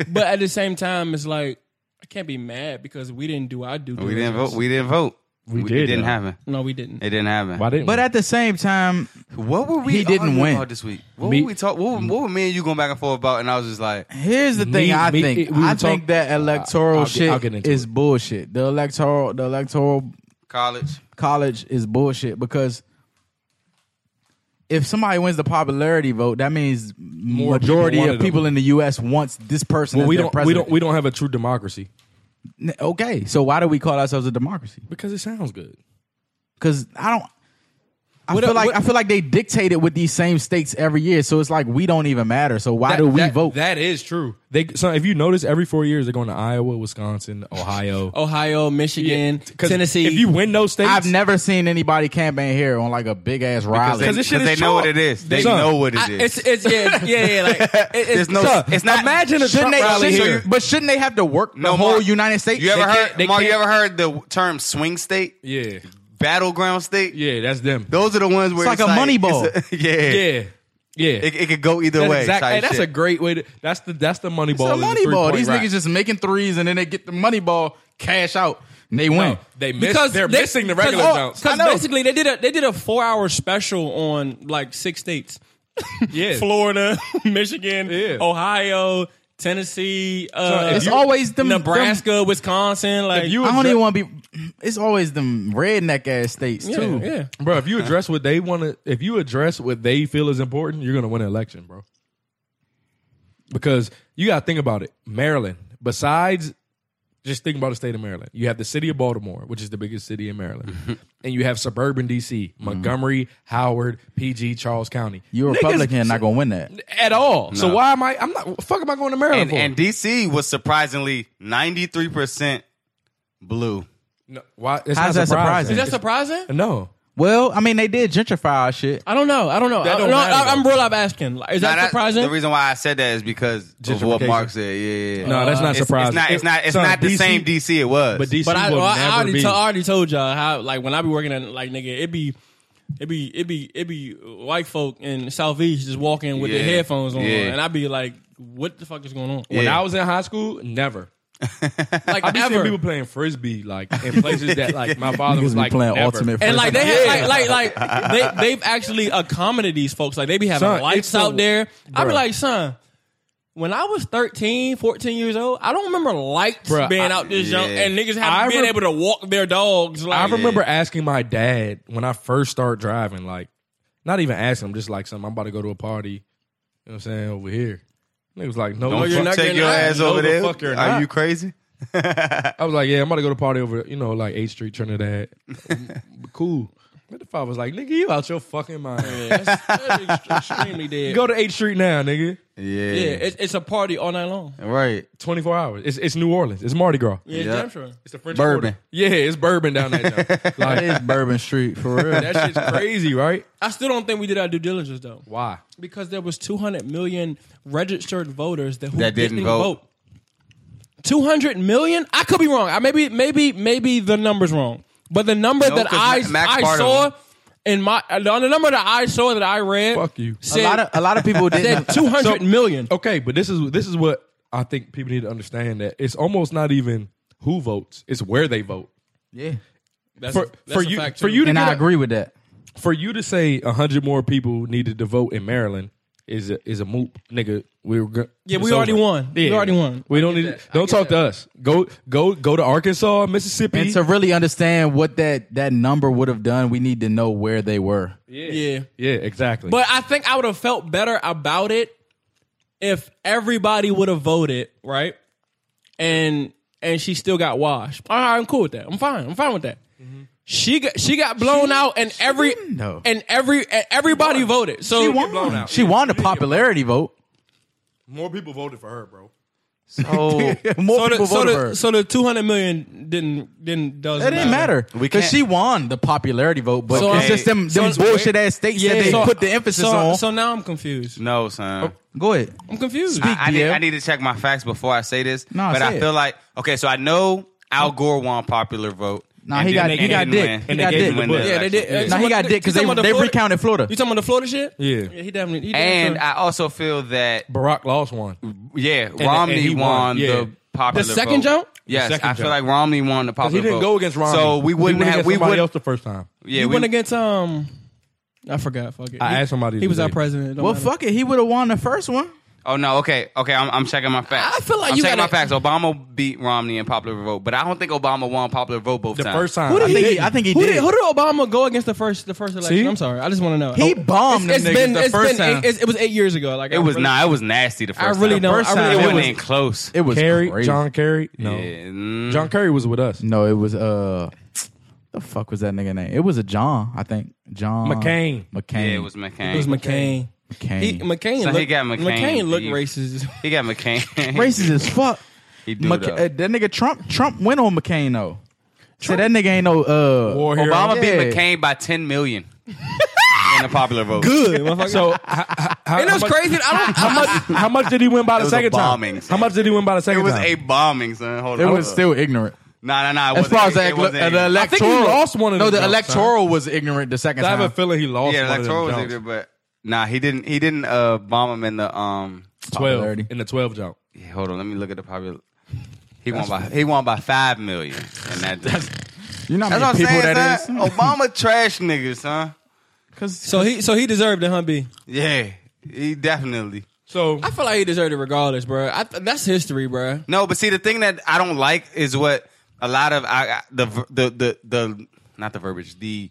[SPEAKER 3] But at the same time it's like I can't be mad because we didn't do our due
[SPEAKER 5] We
[SPEAKER 3] diligence.
[SPEAKER 5] didn't vote. We didn't vote.
[SPEAKER 2] We
[SPEAKER 5] it
[SPEAKER 2] did,
[SPEAKER 5] didn't
[SPEAKER 2] though.
[SPEAKER 5] happen.
[SPEAKER 3] No, we didn't.
[SPEAKER 5] It didn't happen.
[SPEAKER 2] Why didn't?
[SPEAKER 6] But
[SPEAKER 2] we?
[SPEAKER 6] at the same time,
[SPEAKER 5] What were we?
[SPEAKER 6] He didn't
[SPEAKER 5] arguing
[SPEAKER 6] win.
[SPEAKER 5] about this week. What
[SPEAKER 2] Me-
[SPEAKER 5] were we talk? What, were- what were me and you going back and forth about? And I was just like,
[SPEAKER 6] here's the
[SPEAKER 2] Me-
[SPEAKER 6] thing. I
[SPEAKER 2] me-
[SPEAKER 6] think
[SPEAKER 2] it- we were
[SPEAKER 6] I
[SPEAKER 2] talk- Uh,
[SPEAKER 6] think that electoral
[SPEAKER 2] I'll get-
[SPEAKER 6] shit
[SPEAKER 2] I'll get into
[SPEAKER 6] is bullshit. The electoral the electoral
[SPEAKER 5] college.
[SPEAKER 6] college is bullshit because if somebody wins the popularity vote, that means majority
[SPEAKER 2] people
[SPEAKER 6] of
[SPEAKER 2] wanted
[SPEAKER 6] people
[SPEAKER 2] them.
[SPEAKER 6] in the U.S. wants this person.
[SPEAKER 2] well,
[SPEAKER 6] as
[SPEAKER 2] we
[SPEAKER 6] their
[SPEAKER 2] don't we
[SPEAKER 6] president.
[SPEAKER 2] don't we don't have a true democracy
[SPEAKER 6] N- Okay, so why do we call ourselves a democracy?
[SPEAKER 2] because it sounds good.
[SPEAKER 6] Because I don't. I
[SPEAKER 3] What-
[SPEAKER 6] feel like
[SPEAKER 3] what-
[SPEAKER 6] I feel like they dictate it with these same states every year, so it's like we don't even matter. So why
[SPEAKER 2] That-
[SPEAKER 6] do we
[SPEAKER 2] that-
[SPEAKER 6] vote?
[SPEAKER 2] That is true. They so if you notice, every four years they're going to Iowa, Wisconsin, Ohio,
[SPEAKER 3] Ohio, Michigan,
[SPEAKER 2] 'Cause
[SPEAKER 3] Tennessee.
[SPEAKER 2] If you win those states,
[SPEAKER 6] I've never seen anybody campaign here on like a big ass rally.
[SPEAKER 2] this shit
[SPEAKER 5] Because they
[SPEAKER 2] is
[SPEAKER 5] know what it
[SPEAKER 2] chalk.
[SPEAKER 5] is. They
[SPEAKER 2] Son,
[SPEAKER 5] know what it
[SPEAKER 3] I,
[SPEAKER 5] is.
[SPEAKER 3] it's it's yeah yeah yeah like it- it's
[SPEAKER 5] There's no.
[SPEAKER 2] Son,
[SPEAKER 5] it's not.
[SPEAKER 2] imagine a Trump
[SPEAKER 6] shouldn't they,
[SPEAKER 2] rally
[SPEAKER 6] shouldn't-
[SPEAKER 2] here.
[SPEAKER 6] but shouldn't they have to work the
[SPEAKER 5] No,
[SPEAKER 6] whole
[SPEAKER 5] Mark,
[SPEAKER 6] United States?
[SPEAKER 5] You ever
[SPEAKER 6] They can't-
[SPEAKER 5] heard?
[SPEAKER 2] they
[SPEAKER 5] Mark, you
[SPEAKER 2] can't-
[SPEAKER 5] ever heard the term swing state,
[SPEAKER 2] Yeah,
[SPEAKER 5] battleground state?
[SPEAKER 2] yeah, that's them.
[SPEAKER 5] Those are the ones where
[SPEAKER 6] It's
[SPEAKER 5] it's,
[SPEAKER 6] like a money ball.
[SPEAKER 5] it's a- yeah,
[SPEAKER 2] Yeah, yeah.
[SPEAKER 5] It, it could go either
[SPEAKER 2] that's
[SPEAKER 5] way.
[SPEAKER 2] exact-
[SPEAKER 5] type
[SPEAKER 2] hey, that's
[SPEAKER 5] shit.
[SPEAKER 2] a great way to. That's the that's the money ball.
[SPEAKER 6] It's a
[SPEAKER 2] is the
[SPEAKER 6] money ball.
[SPEAKER 2] three-point
[SPEAKER 6] These
[SPEAKER 2] rack.
[SPEAKER 6] niggas just making threes and then they get the money ball, cash out, and they win.
[SPEAKER 2] No, they miss, they're missing the regular
[SPEAKER 3] because,
[SPEAKER 2] jumps.
[SPEAKER 3] Because basically they did a they did a four hour special on like six states:
[SPEAKER 2] yeah.
[SPEAKER 3] Florida, Michigan,
[SPEAKER 2] Yeah.
[SPEAKER 3] Ohio, Tennessee. Uh,
[SPEAKER 2] if
[SPEAKER 6] it's always them
[SPEAKER 3] Nebraska, Wisconsin. Like
[SPEAKER 2] you
[SPEAKER 6] them- I
[SPEAKER 2] address-
[SPEAKER 6] don't even want to be. It's always them redneck ass states
[SPEAKER 3] yeah,
[SPEAKER 6] too.
[SPEAKER 3] yeah.
[SPEAKER 2] bro. If you address what they want to, if you address what they feel is important, you're gonna win an election, bro. Because you gotta think about it, Maryland. Besides, just think about the state of Maryland. You have the city of Baltimore, which is the biggest city in Maryland,
[SPEAKER 5] Mm-hmm.
[SPEAKER 2] and you have suburban DC, Montgomery, Howard, PG, Charles County.
[SPEAKER 6] You a
[SPEAKER 2] Niggas-
[SPEAKER 6] Republican, not gonna win that.
[SPEAKER 2] at all. So why am I? I'm not. what the Fuck, am I going to Maryland
[SPEAKER 5] and,
[SPEAKER 2] for?
[SPEAKER 5] and DC was surprisingly ninety three percent blue.
[SPEAKER 2] No, why? It's
[SPEAKER 6] How's
[SPEAKER 2] not
[SPEAKER 6] that surprising?
[SPEAKER 3] Is that surprising?
[SPEAKER 2] no.
[SPEAKER 6] Well, I mean, they did gentrify our shit.
[SPEAKER 3] I don't know. I don't know.
[SPEAKER 2] That
[SPEAKER 3] I,
[SPEAKER 2] don't
[SPEAKER 3] no,
[SPEAKER 2] matter,
[SPEAKER 3] I, am
[SPEAKER 2] though.
[SPEAKER 3] real. I'm asking. Like, is
[SPEAKER 5] Now,
[SPEAKER 3] that surprising?
[SPEAKER 5] The reason why I said that is because of what
[SPEAKER 2] Gentrification.
[SPEAKER 5] Mark said. Yeah, yeah, yeah.
[SPEAKER 2] No, that's not
[SPEAKER 5] It's-
[SPEAKER 2] surprising.
[SPEAKER 5] It's, not. It's not. It's
[SPEAKER 2] Son,
[SPEAKER 5] not the
[SPEAKER 2] DC
[SPEAKER 5] same DC it was.
[SPEAKER 2] But DC
[SPEAKER 3] But I,
[SPEAKER 2] will
[SPEAKER 3] well, I
[SPEAKER 2] never
[SPEAKER 3] already,
[SPEAKER 2] be.
[SPEAKER 3] to- I already told y'all how like when I be working at like nigga, it be it be it be it be white folk in Southeast just walking with
[SPEAKER 5] Yeah.
[SPEAKER 3] their headphones on,
[SPEAKER 5] Yeah.
[SPEAKER 3] and I be like, what the fuck is going on?
[SPEAKER 2] when
[SPEAKER 5] Yeah.
[SPEAKER 2] I was in high school, never.
[SPEAKER 3] Like
[SPEAKER 2] I be seeing
[SPEAKER 3] ever.
[SPEAKER 2] people playing frisbee like in places that like my father
[SPEAKER 6] Niggas
[SPEAKER 2] was
[SPEAKER 6] be
[SPEAKER 2] like
[SPEAKER 6] playing
[SPEAKER 2] never.
[SPEAKER 6] ultimate.
[SPEAKER 3] and
[SPEAKER 6] first
[SPEAKER 3] like they
[SPEAKER 6] time.
[SPEAKER 3] have, like like like they they've actually accommodated these folks. Like they be having
[SPEAKER 2] Son,
[SPEAKER 3] lights
[SPEAKER 2] it's a-
[SPEAKER 3] out there. I be
[SPEAKER 2] Bruh.
[SPEAKER 3] like, son, when I was 13, 14 years old, I don't remember lights
[SPEAKER 2] Bruh,
[SPEAKER 3] being
[SPEAKER 2] I-
[SPEAKER 3] out this young
[SPEAKER 5] yeah.
[SPEAKER 3] and niggas
[SPEAKER 2] I
[SPEAKER 3] having being
[SPEAKER 2] rem-
[SPEAKER 3] able to walk their dogs.
[SPEAKER 2] I
[SPEAKER 3] Like
[SPEAKER 2] remember asking my dad when I first started driving, like, not even asking him, just like something. I'm about to go to a party. You know what I'm saying over here. And he was like, no,
[SPEAKER 5] Don't
[SPEAKER 2] the
[SPEAKER 5] you
[SPEAKER 2] fuck-
[SPEAKER 3] not
[SPEAKER 5] take
[SPEAKER 3] getting
[SPEAKER 5] your
[SPEAKER 3] out.
[SPEAKER 5] ass
[SPEAKER 2] No,
[SPEAKER 5] over
[SPEAKER 2] the
[SPEAKER 5] there?
[SPEAKER 2] fuck you're
[SPEAKER 5] Are
[SPEAKER 2] not.
[SPEAKER 5] you crazy?
[SPEAKER 2] I was like, yeah, I'm about to go to a party over, you know, like 8th Street, Trinidad. cool. But the father was like, nigga, you out your fucking mind.
[SPEAKER 3] Yeah, that's, that's extremely dead.
[SPEAKER 2] Go to 8th Street now, nigga.
[SPEAKER 3] yeah, it's, it's a party all night long.
[SPEAKER 5] Right.
[SPEAKER 2] 24 hours. It's, it's New Orleans. It's Mardi Gras.
[SPEAKER 3] Yeah,
[SPEAKER 5] Yeah.
[SPEAKER 3] damn sure.
[SPEAKER 2] It's the French
[SPEAKER 6] Bourbon.
[SPEAKER 2] Quarter. Yeah, it's bourbon down there. though. like,
[SPEAKER 6] It is Bourbon Street for real.
[SPEAKER 2] that shit's crazy, right?
[SPEAKER 3] I still don't think we did our due diligence though,
[SPEAKER 2] Why?
[SPEAKER 3] because there was 200 million registered voters that who
[SPEAKER 5] That
[SPEAKER 3] didn't,
[SPEAKER 5] didn't
[SPEAKER 3] vote.
[SPEAKER 5] vote.
[SPEAKER 3] 200 million? I could be wrong. I maybe maybe maybe the numbers wrong, but the number
[SPEAKER 5] No,
[SPEAKER 3] that
[SPEAKER 5] 'cause
[SPEAKER 3] I
[SPEAKER 5] Ma- Max
[SPEAKER 3] I
[SPEAKER 5] part of
[SPEAKER 3] saw
[SPEAKER 5] them.
[SPEAKER 3] in my uh, the number that I saw that I read.
[SPEAKER 2] Fuck you. oh,
[SPEAKER 6] a
[SPEAKER 3] Said,
[SPEAKER 6] lot of a lot of people
[SPEAKER 3] said
[SPEAKER 6] didn't.
[SPEAKER 3] 200 million.
[SPEAKER 2] Okay, but this is this is what I think people need to understand that it's almost not even who votes; it's where they vote.
[SPEAKER 6] yeah,
[SPEAKER 3] That's,
[SPEAKER 2] For
[SPEAKER 3] that's
[SPEAKER 2] for
[SPEAKER 3] a
[SPEAKER 2] you
[SPEAKER 3] fact,
[SPEAKER 2] for
[SPEAKER 3] too.
[SPEAKER 2] you to
[SPEAKER 6] and
[SPEAKER 2] get
[SPEAKER 6] I
[SPEAKER 2] a-
[SPEAKER 6] agree with that.
[SPEAKER 2] for you to say hundred more people needed to vote in Maryland is a, is a moot, nigga. We were go-
[SPEAKER 3] Yeah, we
[SPEAKER 2] it's
[SPEAKER 3] already won. We already won.
[SPEAKER 2] We don't need don't talk to us. Go go go to Arkansas, Mississippi.
[SPEAKER 6] And to really understand what that that number would have done, we need to know where they were.
[SPEAKER 3] yeah.
[SPEAKER 2] yeah, exactly.
[SPEAKER 3] But I think I would have felt better about it if everybody would have voted, right? And and she still got washed. All right, I'm cool with that. I'm fine. I'm fine with that. She got she got blown out, and every
[SPEAKER 6] didn't, though.
[SPEAKER 3] and every and everybody voted. So
[SPEAKER 6] She
[SPEAKER 2] blown
[SPEAKER 6] won.
[SPEAKER 2] out.
[SPEAKER 6] She won the popularity vote.
[SPEAKER 2] more people voted for her, bro.
[SPEAKER 5] So
[SPEAKER 2] Oh.
[SPEAKER 6] More people
[SPEAKER 3] So the, so,
[SPEAKER 6] voted
[SPEAKER 3] the,
[SPEAKER 6] for her.
[SPEAKER 3] so the 200 million didn't didn't doesn't
[SPEAKER 6] It didn't matter
[SPEAKER 5] We
[SPEAKER 6] because
[SPEAKER 5] can't-
[SPEAKER 6] she won the popularity vote, but
[SPEAKER 3] So-
[SPEAKER 6] it's just them,
[SPEAKER 3] so-
[SPEAKER 6] them bullshit ass states that they
[SPEAKER 3] so-
[SPEAKER 6] put the emphasis
[SPEAKER 3] so,
[SPEAKER 6] on.
[SPEAKER 3] So now I'm confused.
[SPEAKER 5] no, son.
[SPEAKER 6] Go ahead.
[SPEAKER 3] I'm confused.
[SPEAKER 5] I, I, need,
[SPEAKER 6] DM.
[SPEAKER 5] I need to check my facts before I say this.
[SPEAKER 6] No,
[SPEAKER 5] but
[SPEAKER 6] say
[SPEAKER 5] I
[SPEAKER 6] it.
[SPEAKER 5] feel like okay. So I know Al Gore won popular vote.
[SPEAKER 6] Nah,
[SPEAKER 5] and
[SPEAKER 6] he
[SPEAKER 5] didn't-
[SPEAKER 6] got- he
[SPEAKER 5] and
[SPEAKER 6] got
[SPEAKER 5] didn't
[SPEAKER 6] dick.
[SPEAKER 5] win.
[SPEAKER 6] He got
[SPEAKER 5] didn't
[SPEAKER 6] dick.
[SPEAKER 5] win the
[SPEAKER 2] Yeah,
[SPEAKER 5] election.
[SPEAKER 3] uh,
[SPEAKER 6] Now
[SPEAKER 3] you
[SPEAKER 6] he
[SPEAKER 3] talking
[SPEAKER 6] got
[SPEAKER 3] about-
[SPEAKER 6] dick because
[SPEAKER 3] you
[SPEAKER 6] they,
[SPEAKER 3] talking about the
[SPEAKER 6] they
[SPEAKER 3] Florida-
[SPEAKER 6] recounted Florida.
[SPEAKER 3] You talking about the Florida shit?
[SPEAKER 2] Yeah.
[SPEAKER 3] Yeah, he definitely. He
[SPEAKER 5] And
[SPEAKER 3] definitely
[SPEAKER 5] I also feel that
[SPEAKER 2] Barack lost one.
[SPEAKER 5] yeah,
[SPEAKER 2] and
[SPEAKER 5] Romney
[SPEAKER 2] he
[SPEAKER 5] won,
[SPEAKER 2] won, yeah.
[SPEAKER 5] the popular
[SPEAKER 3] The second
[SPEAKER 5] vote.
[SPEAKER 3] jump?
[SPEAKER 5] Yes,
[SPEAKER 2] The second
[SPEAKER 5] I feel
[SPEAKER 2] jump.
[SPEAKER 5] like Romney won the popular
[SPEAKER 2] He didn't
[SPEAKER 5] vote.
[SPEAKER 2] go against Romney.
[SPEAKER 5] So we
[SPEAKER 2] He
[SPEAKER 5] wouldn't
[SPEAKER 2] went
[SPEAKER 5] have
[SPEAKER 2] against
[SPEAKER 5] we
[SPEAKER 2] somebody
[SPEAKER 5] would
[SPEAKER 2] else the first time.
[SPEAKER 5] yeah
[SPEAKER 3] he
[SPEAKER 5] we
[SPEAKER 3] went against um. I forgot. Fuck it.
[SPEAKER 2] I
[SPEAKER 3] He-
[SPEAKER 2] asked somebody
[SPEAKER 3] He was
[SPEAKER 2] today.
[SPEAKER 3] our president. Don't
[SPEAKER 6] Well,
[SPEAKER 3] matter.
[SPEAKER 6] fuck it. He would have won the first one.
[SPEAKER 5] Oh no, okay, okay. I'm, I'm checking my facts.
[SPEAKER 3] I feel like
[SPEAKER 5] I'm
[SPEAKER 3] you
[SPEAKER 5] checking my
[SPEAKER 3] gotta-
[SPEAKER 5] facts. Obama beat Romney in popular vote, but I don't think Obama won popular vote both
[SPEAKER 2] The
[SPEAKER 5] times.
[SPEAKER 2] first time.
[SPEAKER 3] Who did
[SPEAKER 6] I
[SPEAKER 3] he?
[SPEAKER 6] think he- I think he
[SPEAKER 3] who
[SPEAKER 6] did.
[SPEAKER 3] Who did Obama go against the first the first election?
[SPEAKER 2] See?
[SPEAKER 3] I'm sorry. I just want to know.
[SPEAKER 6] He bombed
[SPEAKER 3] It's-
[SPEAKER 6] them
[SPEAKER 3] it's
[SPEAKER 6] niggas
[SPEAKER 3] been-
[SPEAKER 6] the
[SPEAKER 3] it's
[SPEAKER 6] first
[SPEAKER 3] been-
[SPEAKER 6] time.
[SPEAKER 3] It, it's- it was eight years ago. Like
[SPEAKER 5] It
[SPEAKER 3] I
[SPEAKER 5] was
[SPEAKER 3] really-
[SPEAKER 5] not. It was nasty. The first.
[SPEAKER 3] I really
[SPEAKER 5] time.
[SPEAKER 3] don't.
[SPEAKER 6] First
[SPEAKER 3] I
[SPEAKER 6] time
[SPEAKER 5] It
[SPEAKER 3] really
[SPEAKER 6] it
[SPEAKER 3] don't.
[SPEAKER 5] wasn't
[SPEAKER 6] was-
[SPEAKER 5] even close.
[SPEAKER 6] It was
[SPEAKER 2] Kerry,
[SPEAKER 6] crazy.
[SPEAKER 2] John Kerry. No.
[SPEAKER 5] Yeah, mm.
[SPEAKER 2] John Kerry was with us.
[SPEAKER 6] No, it was uh, the fuck was that nigga name? It was a John, I think. John
[SPEAKER 2] McCain.
[SPEAKER 6] McCain.
[SPEAKER 5] Yeah, it was McCain.
[SPEAKER 3] It was McCain.
[SPEAKER 6] McCain.
[SPEAKER 3] He, McCain.
[SPEAKER 5] So he
[SPEAKER 3] looked,
[SPEAKER 5] got McCain
[SPEAKER 3] looked
[SPEAKER 5] beat.
[SPEAKER 3] racist.
[SPEAKER 5] he got McCain.
[SPEAKER 6] Racist as fuck.
[SPEAKER 5] He do
[SPEAKER 6] McC-
[SPEAKER 5] though.
[SPEAKER 6] uh, that nigga Trump. Trump went on McCain though. So that nigga ain't no uh.
[SPEAKER 2] War hero.
[SPEAKER 5] Obama
[SPEAKER 6] Yeah.
[SPEAKER 5] beat McCain by 10 million in the popular vote.
[SPEAKER 3] Good. motherfucker.
[SPEAKER 2] So h- h- how,
[SPEAKER 3] and it
[SPEAKER 2] how
[SPEAKER 3] was
[SPEAKER 2] much-
[SPEAKER 3] crazy. I don't.
[SPEAKER 2] How much? How much did he win by the
[SPEAKER 5] was a
[SPEAKER 2] second
[SPEAKER 5] bombing,
[SPEAKER 2] time?
[SPEAKER 5] son.
[SPEAKER 2] How much did he win by the
[SPEAKER 5] It
[SPEAKER 2] second
[SPEAKER 5] was
[SPEAKER 2] time?
[SPEAKER 5] a bombing, son. Hold
[SPEAKER 6] It
[SPEAKER 5] on.
[SPEAKER 6] was still ignorant.
[SPEAKER 5] Nah, nah, nah. it
[SPEAKER 6] As
[SPEAKER 5] wasn't-
[SPEAKER 6] far as the,
[SPEAKER 5] it
[SPEAKER 6] elec-
[SPEAKER 5] wasn't
[SPEAKER 6] uh, the electoral,
[SPEAKER 2] I think he lost one of
[SPEAKER 6] no,
[SPEAKER 2] them
[SPEAKER 6] the
[SPEAKER 2] votes,
[SPEAKER 6] electoral was ignorant the second
[SPEAKER 2] I have
[SPEAKER 6] time.
[SPEAKER 2] a feeling he lost.
[SPEAKER 5] Yeah,
[SPEAKER 2] one of them
[SPEAKER 5] electoral was
[SPEAKER 2] jumps.
[SPEAKER 5] either, but nah, he didn't. He didn't uh, bomb him in the um.
[SPEAKER 2] twelve
[SPEAKER 6] Popularity.
[SPEAKER 2] in the twelve jump.
[SPEAKER 5] yeah, hold on, let me look at the popular. He won by he won by five million, and that, that's
[SPEAKER 6] you know how
[SPEAKER 5] that's
[SPEAKER 6] many
[SPEAKER 5] what I'm
[SPEAKER 6] people
[SPEAKER 5] saying.
[SPEAKER 6] that is?
[SPEAKER 5] son. Obama trash niggas, huh?
[SPEAKER 3] So he. So he deserved it, huh, B?
[SPEAKER 5] Yeah, he definitely.
[SPEAKER 2] So
[SPEAKER 3] I feel like he deserved it regardless, bro. I, th- that's history, bro.
[SPEAKER 5] No, but see, the thing that I don't like is what a lot of I, I- the ver- the the the not the verbiage the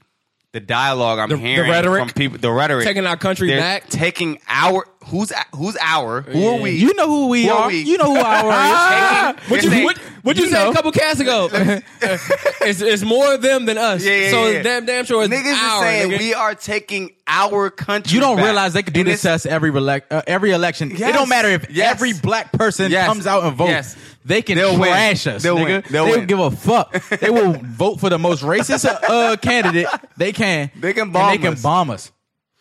[SPEAKER 5] the dialogue I'm
[SPEAKER 2] The- the
[SPEAKER 5] hearing
[SPEAKER 2] rhetoric?
[SPEAKER 5] from people the rhetoric
[SPEAKER 3] Taking our country
[SPEAKER 5] They're
[SPEAKER 3] back.
[SPEAKER 5] taking our who's who's our who are we
[SPEAKER 6] You know who we
[SPEAKER 5] Who are
[SPEAKER 6] are.
[SPEAKER 5] we?
[SPEAKER 6] You know who our is.
[SPEAKER 5] Taking-
[SPEAKER 3] What
[SPEAKER 5] they're
[SPEAKER 3] you,
[SPEAKER 5] saying-
[SPEAKER 3] what, what you,
[SPEAKER 6] you
[SPEAKER 3] said
[SPEAKER 6] know.
[SPEAKER 3] a couple casts ago? it's, it's more of them than us.
[SPEAKER 5] Yeah, yeah,
[SPEAKER 3] so
[SPEAKER 5] yeah,
[SPEAKER 3] it's
[SPEAKER 5] yeah.
[SPEAKER 3] damn damn sure it's
[SPEAKER 5] niggas
[SPEAKER 3] our,
[SPEAKER 5] are saying
[SPEAKER 3] nigga.
[SPEAKER 5] we are taking our country.
[SPEAKER 6] You don't
[SPEAKER 5] back.
[SPEAKER 6] realize they could do
[SPEAKER 5] And
[SPEAKER 6] this to us
[SPEAKER 5] it's-
[SPEAKER 6] every elec- uh, every election.
[SPEAKER 5] Yes.
[SPEAKER 6] It don't matter if
[SPEAKER 5] Yes.
[SPEAKER 6] every black person
[SPEAKER 5] Yes.
[SPEAKER 6] comes out and votes.
[SPEAKER 5] Yes.
[SPEAKER 6] They can
[SPEAKER 5] They'll win.
[SPEAKER 6] trash us.
[SPEAKER 5] They'll
[SPEAKER 6] nigga.
[SPEAKER 5] win. They'll
[SPEAKER 6] They
[SPEAKER 5] win.
[SPEAKER 6] don't give a fuck. they will vote for the most racist uh, uh, candidate they can.
[SPEAKER 5] They can
[SPEAKER 6] And
[SPEAKER 5] bomb
[SPEAKER 6] they can
[SPEAKER 5] us.
[SPEAKER 6] bomb us.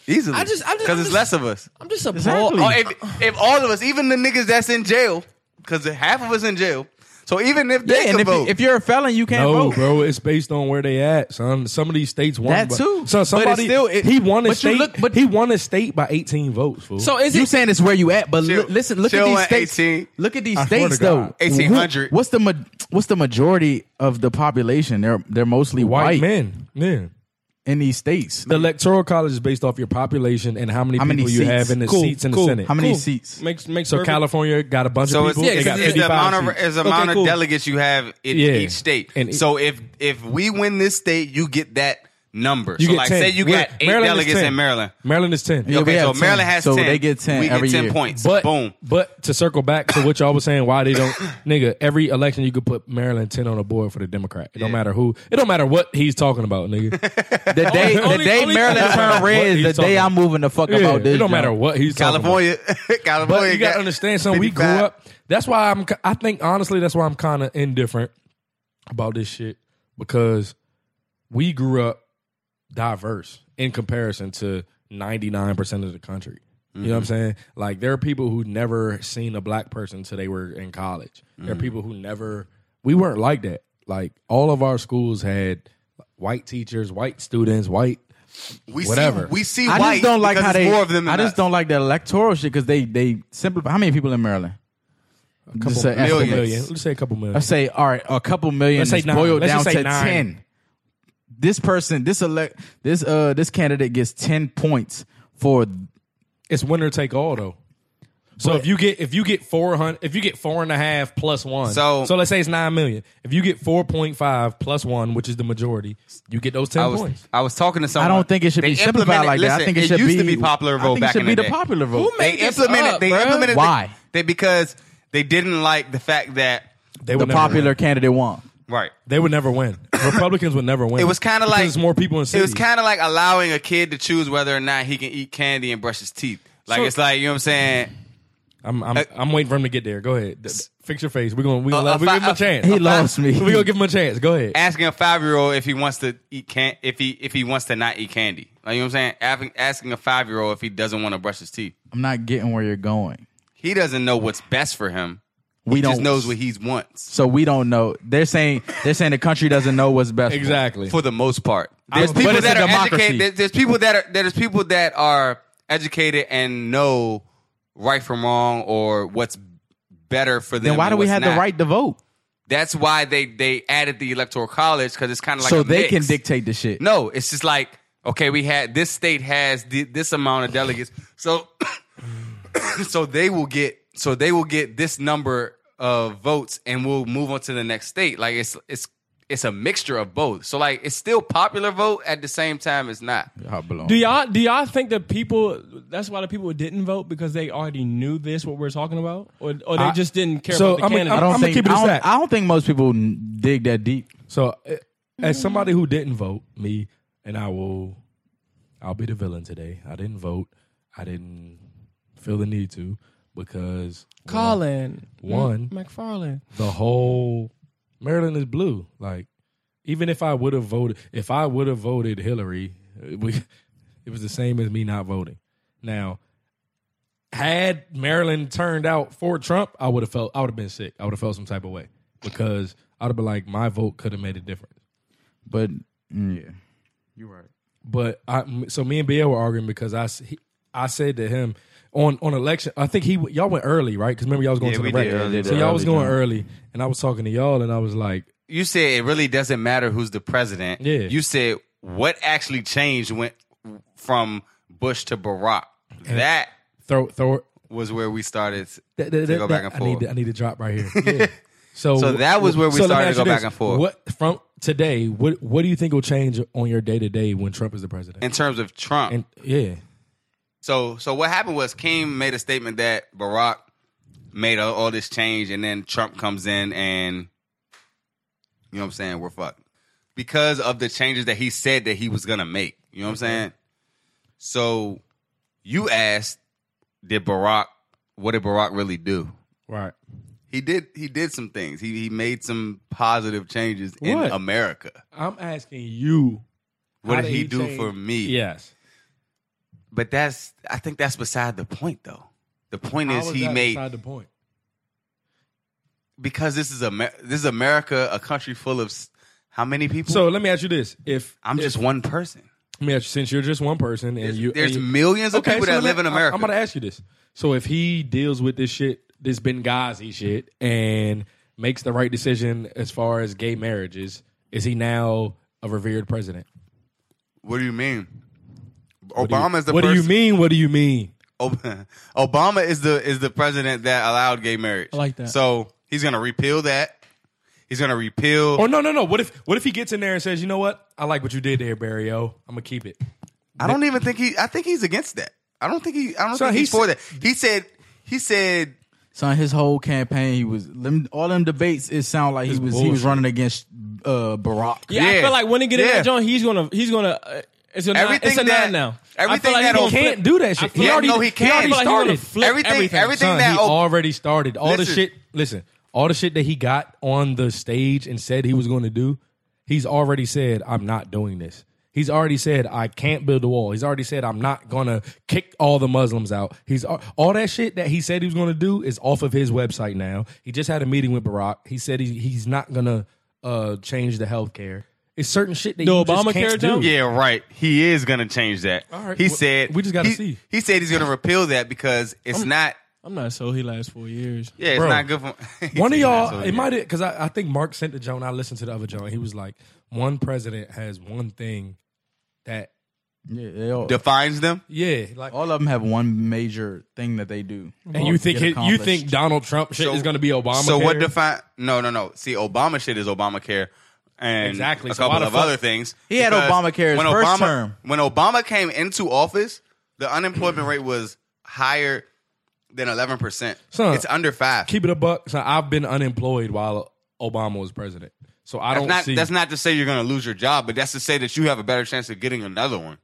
[SPEAKER 5] easily.
[SPEAKER 3] I just- I just-
[SPEAKER 5] because
[SPEAKER 3] I'm
[SPEAKER 5] it's
[SPEAKER 3] just-
[SPEAKER 5] less of us.
[SPEAKER 3] I'm just appalled.
[SPEAKER 6] Exactly.
[SPEAKER 5] Oh, if if all of us, even the niggas that's in jail, because half of us in jail. So even if they
[SPEAKER 6] Yeah,
[SPEAKER 5] can
[SPEAKER 6] and if,
[SPEAKER 5] vote,
[SPEAKER 6] if you're a felon, you can't
[SPEAKER 2] no,
[SPEAKER 6] vote.
[SPEAKER 2] bro, it's based on where they at, son. Some of these states won
[SPEAKER 6] That
[SPEAKER 2] by-
[SPEAKER 6] too. But
[SPEAKER 2] So
[SPEAKER 6] it's
[SPEAKER 2] somebody
[SPEAKER 6] still- it-
[SPEAKER 2] he won
[SPEAKER 6] but
[SPEAKER 2] a
[SPEAKER 6] you
[SPEAKER 2] state,
[SPEAKER 6] look- but-
[SPEAKER 2] he won a state by eighteen votes. Fool.
[SPEAKER 3] So is
[SPEAKER 6] you
[SPEAKER 3] it?
[SPEAKER 6] saying it's where you at, but
[SPEAKER 5] Chill-
[SPEAKER 6] li- listen, look
[SPEAKER 5] chill
[SPEAKER 6] at these
[SPEAKER 5] at
[SPEAKER 6] states.
[SPEAKER 5] 18.
[SPEAKER 6] Look at these
[SPEAKER 2] I swear to
[SPEAKER 6] states,
[SPEAKER 2] God.
[SPEAKER 6] though.
[SPEAKER 5] 1800.
[SPEAKER 6] Who- What's the ma- what's the majority of the population? They're they're mostly
[SPEAKER 2] white,
[SPEAKER 6] white,
[SPEAKER 2] men, yeah.
[SPEAKER 6] in these states.
[SPEAKER 2] The electoral college is based off your population and how many
[SPEAKER 6] How many
[SPEAKER 2] people you
[SPEAKER 6] seats?
[SPEAKER 2] have in the
[SPEAKER 6] Cool,
[SPEAKER 2] seats in the
[SPEAKER 3] cool.
[SPEAKER 2] Senate.
[SPEAKER 6] How many
[SPEAKER 3] Cool.
[SPEAKER 6] seats?
[SPEAKER 3] Makes makes
[SPEAKER 2] So
[SPEAKER 3] perfect-
[SPEAKER 2] California got a bunch
[SPEAKER 5] So
[SPEAKER 2] of
[SPEAKER 5] it's,
[SPEAKER 2] people.
[SPEAKER 5] yeah,
[SPEAKER 2] they
[SPEAKER 5] 'cause
[SPEAKER 2] got
[SPEAKER 5] it's the
[SPEAKER 2] 55
[SPEAKER 5] amount of
[SPEAKER 2] seats.
[SPEAKER 5] is the
[SPEAKER 3] Okay,
[SPEAKER 5] amount of
[SPEAKER 3] cool.
[SPEAKER 5] delegates you have in
[SPEAKER 2] Yeah.
[SPEAKER 5] each state.
[SPEAKER 2] And it-
[SPEAKER 5] so if if we win this state, you get that number.
[SPEAKER 2] You
[SPEAKER 5] so
[SPEAKER 2] get
[SPEAKER 5] like
[SPEAKER 2] 10.
[SPEAKER 5] say you
[SPEAKER 2] We're-
[SPEAKER 5] got eight
[SPEAKER 2] Maryland is
[SPEAKER 5] delegates
[SPEAKER 2] 10.
[SPEAKER 5] in Maryland.
[SPEAKER 2] Maryland is ten.
[SPEAKER 6] Yeah, we
[SPEAKER 5] okay, so
[SPEAKER 6] have 10.
[SPEAKER 5] Maryland has
[SPEAKER 6] So
[SPEAKER 5] ten.
[SPEAKER 6] they get 10
[SPEAKER 5] We
[SPEAKER 6] every
[SPEAKER 5] get ten
[SPEAKER 6] year.
[SPEAKER 5] points.
[SPEAKER 2] But
[SPEAKER 5] Boom.
[SPEAKER 2] But to circle back to what y'all was saying, why they don't nigga every election you could put Maryland ten on the board for the Democrat. It don't
[SPEAKER 5] Yeah.
[SPEAKER 2] matter who. It don't matter what he's talking about, nigga.
[SPEAKER 6] The day
[SPEAKER 3] only-
[SPEAKER 6] the day
[SPEAKER 3] only-
[SPEAKER 6] Maryland turned
[SPEAKER 2] What
[SPEAKER 6] red
[SPEAKER 2] he's
[SPEAKER 6] is the
[SPEAKER 2] talking
[SPEAKER 6] day
[SPEAKER 2] about.
[SPEAKER 6] I'm moving the fuck
[SPEAKER 2] Yeah,
[SPEAKER 6] about this.
[SPEAKER 2] it don't
[SPEAKER 6] yo.
[SPEAKER 2] matter what he's talking about.
[SPEAKER 5] California, California.
[SPEAKER 2] But you gotta
[SPEAKER 5] got
[SPEAKER 2] understand, son. We grew
[SPEAKER 5] 55.
[SPEAKER 2] up. That's why I'm. I think honestly, that's why I'm kind of indifferent about this shit because we grew up diverse in comparison to 99 percent of the country. You know what I'm saying? Like there are people who never seen a black person till they were in college. There are people who never. We weren't like that. Like all of our schools had white teachers, white students, white.
[SPEAKER 5] We
[SPEAKER 2] Whatever.
[SPEAKER 5] See, we see
[SPEAKER 6] I
[SPEAKER 5] white
[SPEAKER 6] just don't like
[SPEAKER 5] because
[SPEAKER 6] how
[SPEAKER 5] it's
[SPEAKER 6] they.
[SPEAKER 5] more of them. Than
[SPEAKER 6] I just
[SPEAKER 5] us.
[SPEAKER 6] don't like the electoral shit because they they simplify. How many people in Maryland? A couple
[SPEAKER 2] Couple
[SPEAKER 5] million.
[SPEAKER 2] million. Let's say a couple million.
[SPEAKER 6] I say, all right, a couple million Let's
[SPEAKER 2] Let's say
[SPEAKER 6] is
[SPEAKER 2] nine.
[SPEAKER 6] boiled
[SPEAKER 2] Let's
[SPEAKER 6] down
[SPEAKER 2] just
[SPEAKER 6] to
[SPEAKER 2] say nine.
[SPEAKER 6] ten. This person, this elect, this uh, this candidate gets ten points for
[SPEAKER 2] It's winner take all though. So if you get if you get four hundred if you get four and a half plus one,
[SPEAKER 5] So-
[SPEAKER 2] so let's say it's nine million. If you get four point five plus one, which is the majority, you get those ten
[SPEAKER 5] I was,
[SPEAKER 2] points.
[SPEAKER 5] I was talking to someone.
[SPEAKER 6] I don't think it should
[SPEAKER 5] They
[SPEAKER 6] be simplified
[SPEAKER 5] implemented-
[SPEAKER 6] like that. I
[SPEAKER 5] listen,
[SPEAKER 6] think it, should be,
[SPEAKER 5] used to be popular vote
[SPEAKER 6] I think
[SPEAKER 5] back
[SPEAKER 6] it should
[SPEAKER 5] in
[SPEAKER 6] be
[SPEAKER 5] the,
[SPEAKER 6] the
[SPEAKER 5] day.
[SPEAKER 6] popular vote.
[SPEAKER 3] made
[SPEAKER 5] They
[SPEAKER 3] this
[SPEAKER 5] implemented.
[SPEAKER 3] up,
[SPEAKER 5] they
[SPEAKER 3] bruh?
[SPEAKER 5] implemented.
[SPEAKER 6] Why?
[SPEAKER 5] They because they didn't like the fact that
[SPEAKER 2] They
[SPEAKER 6] the
[SPEAKER 2] would never
[SPEAKER 6] popular
[SPEAKER 2] win.
[SPEAKER 6] candidate won.
[SPEAKER 5] right.
[SPEAKER 2] They would never win. Republicans would never win.
[SPEAKER 5] It was kind of
[SPEAKER 2] Because
[SPEAKER 5] like
[SPEAKER 2] it's more people in
[SPEAKER 5] It
[SPEAKER 2] cities.
[SPEAKER 5] was kind of like allowing a kid to choose whether or not he can eat candy and brush his teeth. Like
[SPEAKER 2] So-
[SPEAKER 5] it's like you know what I'm saying.
[SPEAKER 2] I'm I'm, I'm waiting for him to get there. Go ahead. D- fix your face. We're gonna we gonna
[SPEAKER 5] Uh,
[SPEAKER 2] let- we
[SPEAKER 5] uh,
[SPEAKER 2] give him a
[SPEAKER 5] uh,
[SPEAKER 2] chance.
[SPEAKER 6] He lost me.
[SPEAKER 2] we gonna give him a chance. Go ahead.
[SPEAKER 5] asking a five year old if he wants to eat can if he if he wants to not eat candy. Like you know what I'm saying? Asking, asking a five year old if he doesn't want to brush his teeth.
[SPEAKER 6] I'm not getting where you're going.
[SPEAKER 5] He doesn't know what's best for him.
[SPEAKER 6] We
[SPEAKER 5] He
[SPEAKER 6] don't
[SPEAKER 5] just knows what he wants
[SPEAKER 6] So we don't know. They're saying they're saying the country doesn't know what's best. for them.
[SPEAKER 2] Exactly.
[SPEAKER 5] for the most part. There's
[SPEAKER 6] but
[SPEAKER 5] people
[SPEAKER 6] it's a
[SPEAKER 5] that are
[SPEAKER 6] democracy.
[SPEAKER 5] educated. there- There's people that are there's people that are educated and know right from wrong or what's better for them.
[SPEAKER 6] Then why do
[SPEAKER 5] and
[SPEAKER 6] we
[SPEAKER 5] what's
[SPEAKER 6] have the
[SPEAKER 5] not.
[SPEAKER 6] right to vote?
[SPEAKER 5] That's why they they added the electoral college because it's kind of like
[SPEAKER 6] so
[SPEAKER 5] a
[SPEAKER 6] they
[SPEAKER 5] mix.
[SPEAKER 6] can dictate the shit.
[SPEAKER 5] No, it's just like okay, we had this state has thi- this amount of delegates, so so they will get so they will get this number of votes, and we'll move on to the next state. Like it's it's it's a mixture of both. So like it's still popular vote at the same time. It's not.
[SPEAKER 6] Y'all belong.
[SPEAKER 3] Do y'all do y'all think that people? That's why the people didn't vote because they already knew this what we're talking about, or or they
[SPEAKER 6] I-
[SPEAKER 3] just didn't care
[SPEAKER 2] so,
[SPEAKER 3] about the
[SPEAKER 2] I mean,
[SPEAKER 3] candidate.
[SPEAKER 6] I don't
[SPEAKER 2] I'ma
[SPEAKER 6] think
[SPEAKER 2] keep it
[SPEAKER 6] I,
[SPEAKER 2] exact.
[SPEAKER 6] don't, I don't think most people n- dig that deep.
[SPEAKER 2] So, uh, as somebody who didn't vote, me and I will, I'll be the villain today. I didn't vote. I didn't feel the need to because well,
[SPEAKER 3] Colin
[SPEAKER 2] One.
[SPEAKER 3] Mm. McFarland.
[SPEAKER 2] the whole Maryland is blue. Like, even if I would have voted, if I would have voted Hillary, it we- it was the same as me not voting. Now, had Maryland turned out for Trump, I would have felt, I would have been sick. I would have felt some type of way because I'd have been like, my vote could have made a difference.
[SPEAKER 6] But mm, yeah, you're right.
[SPEAKER 2] But I, so me and BL were arguing because I, s- he- I said to him on on election, I think he y'all went early, right? Because remember y'all was going
[SPEAKER 5] Yeah,
[SPEAKER 2] to the
[SPEAKER 5] we
[SPEAKER 2] rec.
[SPEAKER 5] did early,
[SPEAKER 2] so
[SPEAKER 6] the
[SPEAKER 2] y'all was
[SPEAKER 6] early
[SPEAKER 2] going
[SPEAKER 6] time.
[SPEAKER 2] early, and I was talking to y'all, and I was like,
[SPEAKER 5] You said it really doesn't matter who's the president.
[SPEAKER 2] Yeah.
[SPEAKER 5] You said what actually changed went from Bush to Barack. That
[SPEAKER 2] throw throw.
[SPEAKER 5] was where we started
[SPEAKER 2] That, that,
[SPEAKER 5] to
[SPEAKER 2] that,
[SPEAKER 5] go
[SPEAKER 2] that-
[SPEAKER 5] back and
[SPEAKER 2] I
[SPEAKER 5] forth.
[SPEAKER 2] need to, I need to drop right here. Yeah. So
[SPEAKER 5] So that was where we
[SPEAKER 2] let me
[SPEAKER 5] started to
[SPEAKER 2] ask you
[SPEAKER 5] go back
[SPEAKER 2] this.
[SPEAKER 5] and forth.
[SPEAKER 2] What from today? What what do you think will change on your day to day when Trump is the president?
[SPEAKER 5] in terms of Trump.
[SPEAKER 2] And yeah,
[SPEAKER 5] So so what happened was King made a statement that Barack made all, all this change, and then Trump comes in, and you know what I'm saying? We're fucked because of the changes that he said that he was gonna make. You know what I'm saying? So you asked, did Barack? What did Barack really do?
[SPEAKER 2] right.
[SPEAKER 5] He did. He did some things. He he made some positive changes in
[SPEAKER 2] What?
[SPEAKER 5] America.
[SPEAKER 2] I'm asking you.
[SPEAKER 5] What
[SPEAKER 2] How
[SPEAKER 5] did
[SPEAKER 2] did
[SPEAKER 5] he,
[SPEAKER 2] he
[SPEAKER 5] do
[SPEAKER 2] change-
[SPEAKER 5] for me?
[SPEAKER 2] Yes.
[SPEAKER 5] But that's. I think that's beside the point, though. The point
[SPEAKER 2] How
[SPEAKER 5] is
[SPEAKER 2] was
[SPEAKER 5] he
[SPEAKER 2] that
[SPEAKER 5] made
[SPEAKER 2] beside the point?
[SPEAKER 5] because this is Amer- this is America, a country full of s- how many people?
[SPEAKER 2] So let me ask you this: If
[SPEAKER 5] I'm just one person.
[SPEAKER 2] Let me ask you, since you're just one person and you
[SPEAKER 5] There's
[SPEAKER 2] and you-
[SPEAKER 5] millions of
[SPEAKER 2] Okay,
[SPEAKER 5] people
[SPEAKER 2] so
[SPEAKER 5] that
[SPEAKER 2] let me-
[SPEAKER 5] live in
[SPEAKER 2] I-
[SPEAKER 5] America.
[SPEAKER 2] I'm gonna ask you this. So if he deals with this shit, this Benghazi shit, and makes the right decision as far as gay marriages, is he now a revered president?
[SPEAKER 5] what do you mean? Obama is the.
[SPEAKER 2] What do you
[SPEAKER 5] first-
[SPEAKER 2] mean? What do you mean?
[SPEAKER 5] Ob- Obama is the is the president that allowed gay marriage.
[SPEAKER 3] I like that.
[SPEAKER 5] So he's gonna repeal that. He's gonna repeal.
[SPEAKER 2] Or Oh, no, no, no. What if what if he gets in there and says, you know what? I like what you did there, Barrio. I'm gonna keep it.
[SPEAKER 5] I don't even think he. I think he's against that. I don't think he. I don't
[SPEAKER 2] So
[SPEAKER 5] think he's
[SPEAKER 2] he's-
[SPEAKER 5] for that. He said. He said.
[SPEAKER 6] Son, his whole campaign, he was them, all them debates. It sound like he was he was
[SPEAKER 2] bullshit.
[SPEAKER 6] running against uh, Barack.
[SPEAKER 3] Yeah, I
[SPEAKER 5] Yeah.
[SPEAKER 3] feel like when he get in
[SPEAKER 5] Yeah.
[SPEAKER 3] that joint, he's gonna he's gonna. Uh, it's a nine, it's a
[SPEAKER 5] Everything that-
[SPEAKER 3] nine now.
[SPEAKER 5] everything
[SPEAKER 3] I feel like
[SPEAKER 5] that
[SPEAKER 3] he's gonna
[SPEAKER 2] Can't
[SPEAKER 3] flip-
[SPEAKER 2] do that shit.
[SPEAKER 3] I feel
[SPEAKER 5] Yeah,
[SPEAKER 3] already-
[SPEAKER 5] no, he can't.
[SPEAKER 3] already
[SPEAKER 5] He
[SPEAKER 3] feel like he's gonna
[SPEAKER 2] started.
[SPEAKER 3] flip
[SPEAKER 5] Everything- everything-
[SPEAKER 2] Son,
[SPEAKER 5] that
[SPEAKER 2] he
[SPEAKER 5] Ob-
[SPEAKER 2] already started all the
[SPEAKER 5] Listen.
[SPEAKER 2] shit. Listen, all the shit that he got on the stage and said he was going to do, he's already said I'm not doing this. He's already said I can't build a wall. He's already said I'm not going to kick all the Muslims out. He's al- all that shit that he said he was going to do is off of his website now. He just had a meeting with Barack. He said he, he's not going to uh, change the health care. It's certain shit that
[SPEAKER 3] The
[SPEAKER 2] you just
[SPEAKER 3] Obamacare
[SPEAKER 2] can't do.
[SPEAKER 3] jump?
[SPEAKER 5] Yeah, right. He is gonna change that.
[SPEAKER 2] All right,
[SPEAKER 5] He
[SPEAKER 2] well,
[SPEAKER 5] said.
[SPEAKER 2] we just gotta
[SPEAKER 5] he-
[SPEAKER 2] see.
[SPEAKER 5] He said he's gonna repeal that because it's not.
[SPEAKER 3] I'm not so he lasts four years.
[SPEAKER 5] Yeah, it's
[SPEAKER 2] Bro.
[SPEAKER 5] not good for He
[SPEAKER 2] one of
[SPEAKER 5] said
[SPEAKER 2] y'all,
[SPEAKER 5] that's what
[SPEAKER 2] it might have, because I, I think Mark sent the Joan. I listened to the other Joan. He was like, one president has one thing that,
[SPEAKER 6] Yeah, they all,
[SPEAKER 5] defines them.
[SPEAKER 2] yeah, like,
[SPEAKER 6] all of them have one major thing that they do.
[SPEAKER 2] and you think
[SPEAKER 6] Get
[SPEAKER 2] it, you
[SPEAKER 6] accomplished.
[SPEAKER 2] think Donald Trump shit
[SPEAKER 5] So-
[SPEAKER 2] is going to be Obama?
[SPEAKER 5] So what define? No, no, no. See, Obama shit is Obamacare and
[SPEAKER 2] Exactly.
[SPEAKER 5] a
[SPEAKER 2] So why
[SPEAKER 5] couple
[SPEAKER 2] the
[SPEAKER 5] of
[SPEAKER 2] fuck-
[SPEAKER 5] other things.
[SPEAKER 6] He had
[SPEAKER 5] Because
[SPEAKER 6] Obamacare his first
[SPEAKER 5] Obama,
[SPEAKER 6] term.
[SPEAKER 5] When Obama came into office, the unemployment rate was higher than eleven percent.
[SPEAKER 2] Son,
[SPEAKER 5] It's under five.
[SPEAKER 2] keep it a buck? So I've been unemployed while Obama was president, so I
[SPEAKER 5] that's
[SPEAKER 2] don't
[SPEAKER 5] not
[SPEAKER 2] see
[SPEAKER 5] that's not to say you're going to lose your job, but that's to say that you have a better chance of getting another one.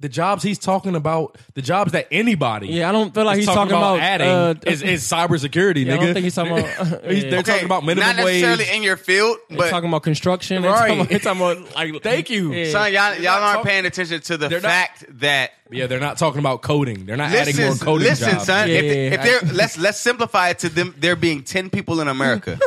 [SPEAKER 2] the jobs he's talking about, the jobs that anybody,
[SPEAKER 3] Yeah, I don't feel like
[SPEAKER 2] is
[SPEAKER 3] he's talking about,
[SPEAKER 2] adding
[SPEAKER 3] uh,
[SPEAKER 2] is, is cybersecurity.
[SPEAKER 3] Yeah,
[SPEAKER 2] nigga.
[SPEAKER 3] I don't think he's talking about-
[SPEAKER 2] He's- they're
[SPEAKER 3] Yeah.
[SPEAKER 2] talking about
[SPEAKER 5] not
[SPEAKER 2] minimum
[SPEAKER 5] necessarily
[SPEAKER 2] wage.
[SPEAKER 5] in your field, but
[SPEAKER 3] talking about construction.
[SPEAKER 2] Right.
[SPEAKER 3] They're talking about, like,
[SPEAKER 2] Thank you.
[SPEAKER 3] Yeah.
[SPEAKER 5] son, y'all, y'all
[SPEAKER 2] not
[SPEAKER 5] aren't
[SPEAKER 2] talk-
[SPEAKER 5] paying attention to the
[SPEAKER 2] They're not-
[SPEAKER 5] fact that
[SPEAKER 2] yeah, they're not talking about coding. They're not adding more
[SPEAKER 5] listen,
[SPEAKER 2] coding
[SPEAKER 5] listen,
[SPEAKER 2] jobs.
[SPEAKER 5] son.
[SPEAKER 3] Yeah,
[SPEAKER 5] if
[SPEAKER 3] yeah, yeah.
[SPEAKER 5] if they're let's let's simplify it to them there being ten people in America.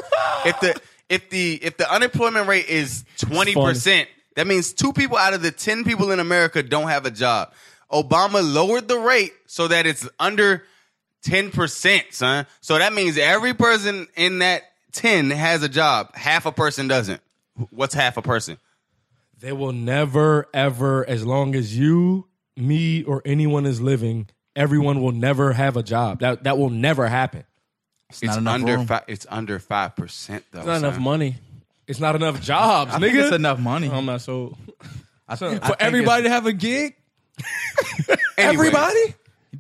[SPEAKER 5] if the if the if the unemployment rate is twenty percent, that means two people out of the ten people in America don't have a job. Obama lowered the rate so that it's under ten percent, son. So that means every person in that ten has a job. Half a person doesn't. What's half a person?
[SPEAKER 2] They will never, ever, as long as you, me, or anyone is living, everyone will never have a job. That that will never happen.
[SPEAKER 5] It's,
[SPEAKER 6] not enough
[SPEAKER 5] under
[SPEAKER 6] room.
[SPEAKER 5] five. It's under five percent though.
[SPEAKER 3] Not enough
[SPEAKER 5] son.
[SPEAKER 3] money.
[SPEAKER 2] It's not enough jobs,
[SPEAKER 6] I
[SPEAKER 2] nigga.
[SPEAKER 6] think it's enough money.
[SPEAKER 3] I'm not so.
[SPEAKER 6] I think- I
[SPEAKER 3] For
[SPEAKER 6] think
[SPEAKER 3] everybody
[SPEAKER 6] it's-
[SPEAKER 3] to have a gig,
[SPEAKER 5] Anyway.
[SPEAKER 3] everybody.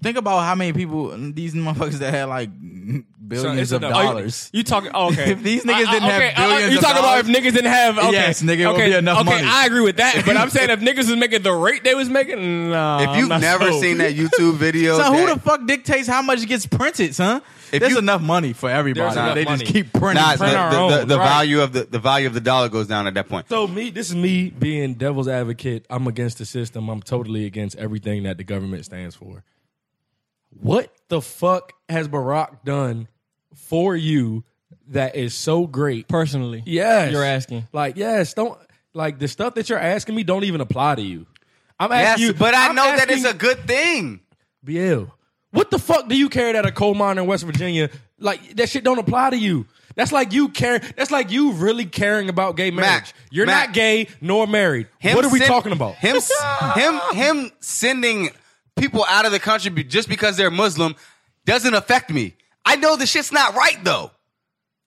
[SPEAKER 6] think about how many people these motherfuckers that had like billions
[SPEAKER 2] it's
[SPEAKER 6] of
[SPEAKER 2] enough. Oh, you-
[SPEAKER 6] dollars.
[SPEAKER 3] You talking? Oh, okay. uh,
[SPEAKER 6] If these niggas didn't have billions
[SPEAKER 3] you
[SPEAKER 6] of
[SPEAKER 3] talking about
[SPEAKER 6] dollars-
[SPEAKER 3] if niggas didn't have? Okay,
[SPEAKER 6] Yes, nigga, it would
[SPEAKER 3] okay,
[SPEAKER 6] be enough
[SPEAKER 3] okay,
[SPEAKER 6] money.
[SPEAKER 3] I agree with that, but I'm saying if niggas was making the rate they was making, nah.
[SPEAKER 5] If
[SPEAKER 3] I'm
[SPEAKER 5] you've
[SPEAKER 3] not
[SPEAKER 5] never
[SPEAKER 3] sold.
[SPEAKER 5] seen that YouTube video,
[SPEAKER 6] So
[SPEAKER 5] that-
[SPEAKER 6] who the fuck dictates how much gets printed, son?
[SPEAKER 5] If
[SPEAKER 6] There's
[SPEAKER 5] you-
[SPEAKER 6] enough money for everybody.
[SPEAKER 2] There's enough
[SPEAKER 6] they
[SPEAKER 2] money.
[SPEAKER 6] just keep printing.
[SPEAKER 5] Nah,
[SPEAKER 6] print our
[SPEAKER 5] the,
[SPEAKER 6] own.
[SPEAKER 5] the, the, the
[SPEAKER 6] Right.
[SPEAKER 5] value of the, the value of the dollar goes down at that point.
[SPEAKER 2] So me, this is me being devil's advocate. I'm against the system. I'm totally against everything that the government stands for. What the fuck has Barack done for you that is so great?
[SPEAKER 3] personally.
[SPEAKER 2] Yes,
[SPEAKER 3] You're asking.
[SPEAKER 2] Like yes, don't like the stuff that you're asking me. Don't even apply to you. I'm asking
[SPEAKER 5] yes,
[SPEAKER 2] you,
[SPEAKER 5] but I
[SPEAKER 2] I'm
[SPEAKER 5] know that it's
[SPEAKER 2] asking-
[SPEAKER 5] a good thing.
[SPEAKER 2] BL. What the fuck do you care that a coal mine in West Virginia? Like that shit don't apply to you. That's like you care. That's like you really caring about gay marriage. You're
[SPEAKER 5] Mac.
[SPEAKER 2] not gay nor married.
[SPEAKER 5] Him
[SPEAKER 2] what are we
[SPEAKER 5] send-
[SPEAKER 2] talking about?
[SPEAKER 5] Him, s- him, him sending people out of the country be- just because they're Muslim doesn't affect me. I know the shit's not right though.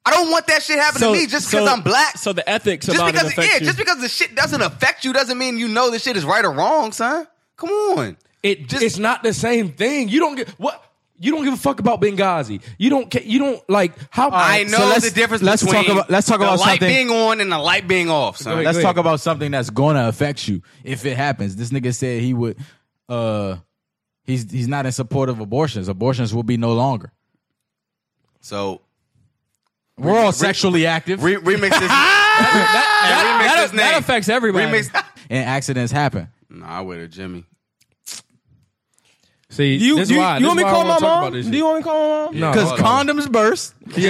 [SPEAKER 5] I don't want that shit happen to me just because
[SPEAKER 3] so-
[SPEAKER 5] I'm black.
[SPEAKER 3] So the ethics
[SPEAKER 5] just
[SPEAKER 3] about
[SPEAKER 5] because,
[SPEAKER 3] it affects
[SPEAKER 5] yeah,
[SPEAKER 3] you.
[SPEAKER 5] just because the shit doesn't affect you doesn't mean you know the shit is right or wrong, son. Come on.
[SPEAKER 2] It
[SPEAKER 5] Just-
[SPEAKER 2] it's not the same thing. You don't get what you don't give a fuck about Benghazi. You don't ca- you don't like how
[SPEAKER 5] I know
[SPEAKER 6] so let's-
[SPEAKER 5] the difference
[SPEAKER 6] let's
[SPEAKER 5] between
[SPEAKER 6] talk about- let's talk
[SPEAKER 5] the
[SPEAKER 6] about
[SPEAKER 5] light
[SPEAKER 6] something-
[SPEAKER 5] being on and the light being off, son.
[SPEAKER 2] ahead.
[SPEAKER 6] Let's
[SPEAKER 2] Go
[SPEAKER 6] talk about something that's going to affect you if it happens. This nigga said he would. uh He's he's not in support of abortions. Abortions will be no longer.
[SPEAKER 5] So
[SPEAKER 6] We're all sexually active,
[SPEAKER 5] re- remix this. that, remix
[SPEAKER 3] that-
[SPEAKER 5] his name.
[SPEAKER 3] that affects everybody.
[SPEAKER 5] Remix.
[SPEAKER 6] and accidents happen.
[SPEAKER 5] nah, I with it, Jimmy.
[SPEAKER 2] See,
[SPEAKER 3] you,
[SPEAKER 2] this
[SPEAKER 3] you,
[SPEAKER 2] why,
[SPEAKER 3] you
[SPEAKER 2] this
[SPEAKER 3] want me
[SPEAKER 2] why
[SPEAKER 3] to
[SPEAKER 2] I
[SPEAKER 3] call my
[SPEAKER 2] wanna talk about
[SPEAKER 3] mom?
[SPEAKER 2] this
[SPEAKER 3] Do you
[SPEAKER 2] shit.
[SPEAKER 3] want me to call my mom?
[SPEAKER 2] No,
[SPEAKER 6] Because
[SPEAKER 2] hold on.
[SPEAKER 6] condoms burst.
[SPEAKER 3] You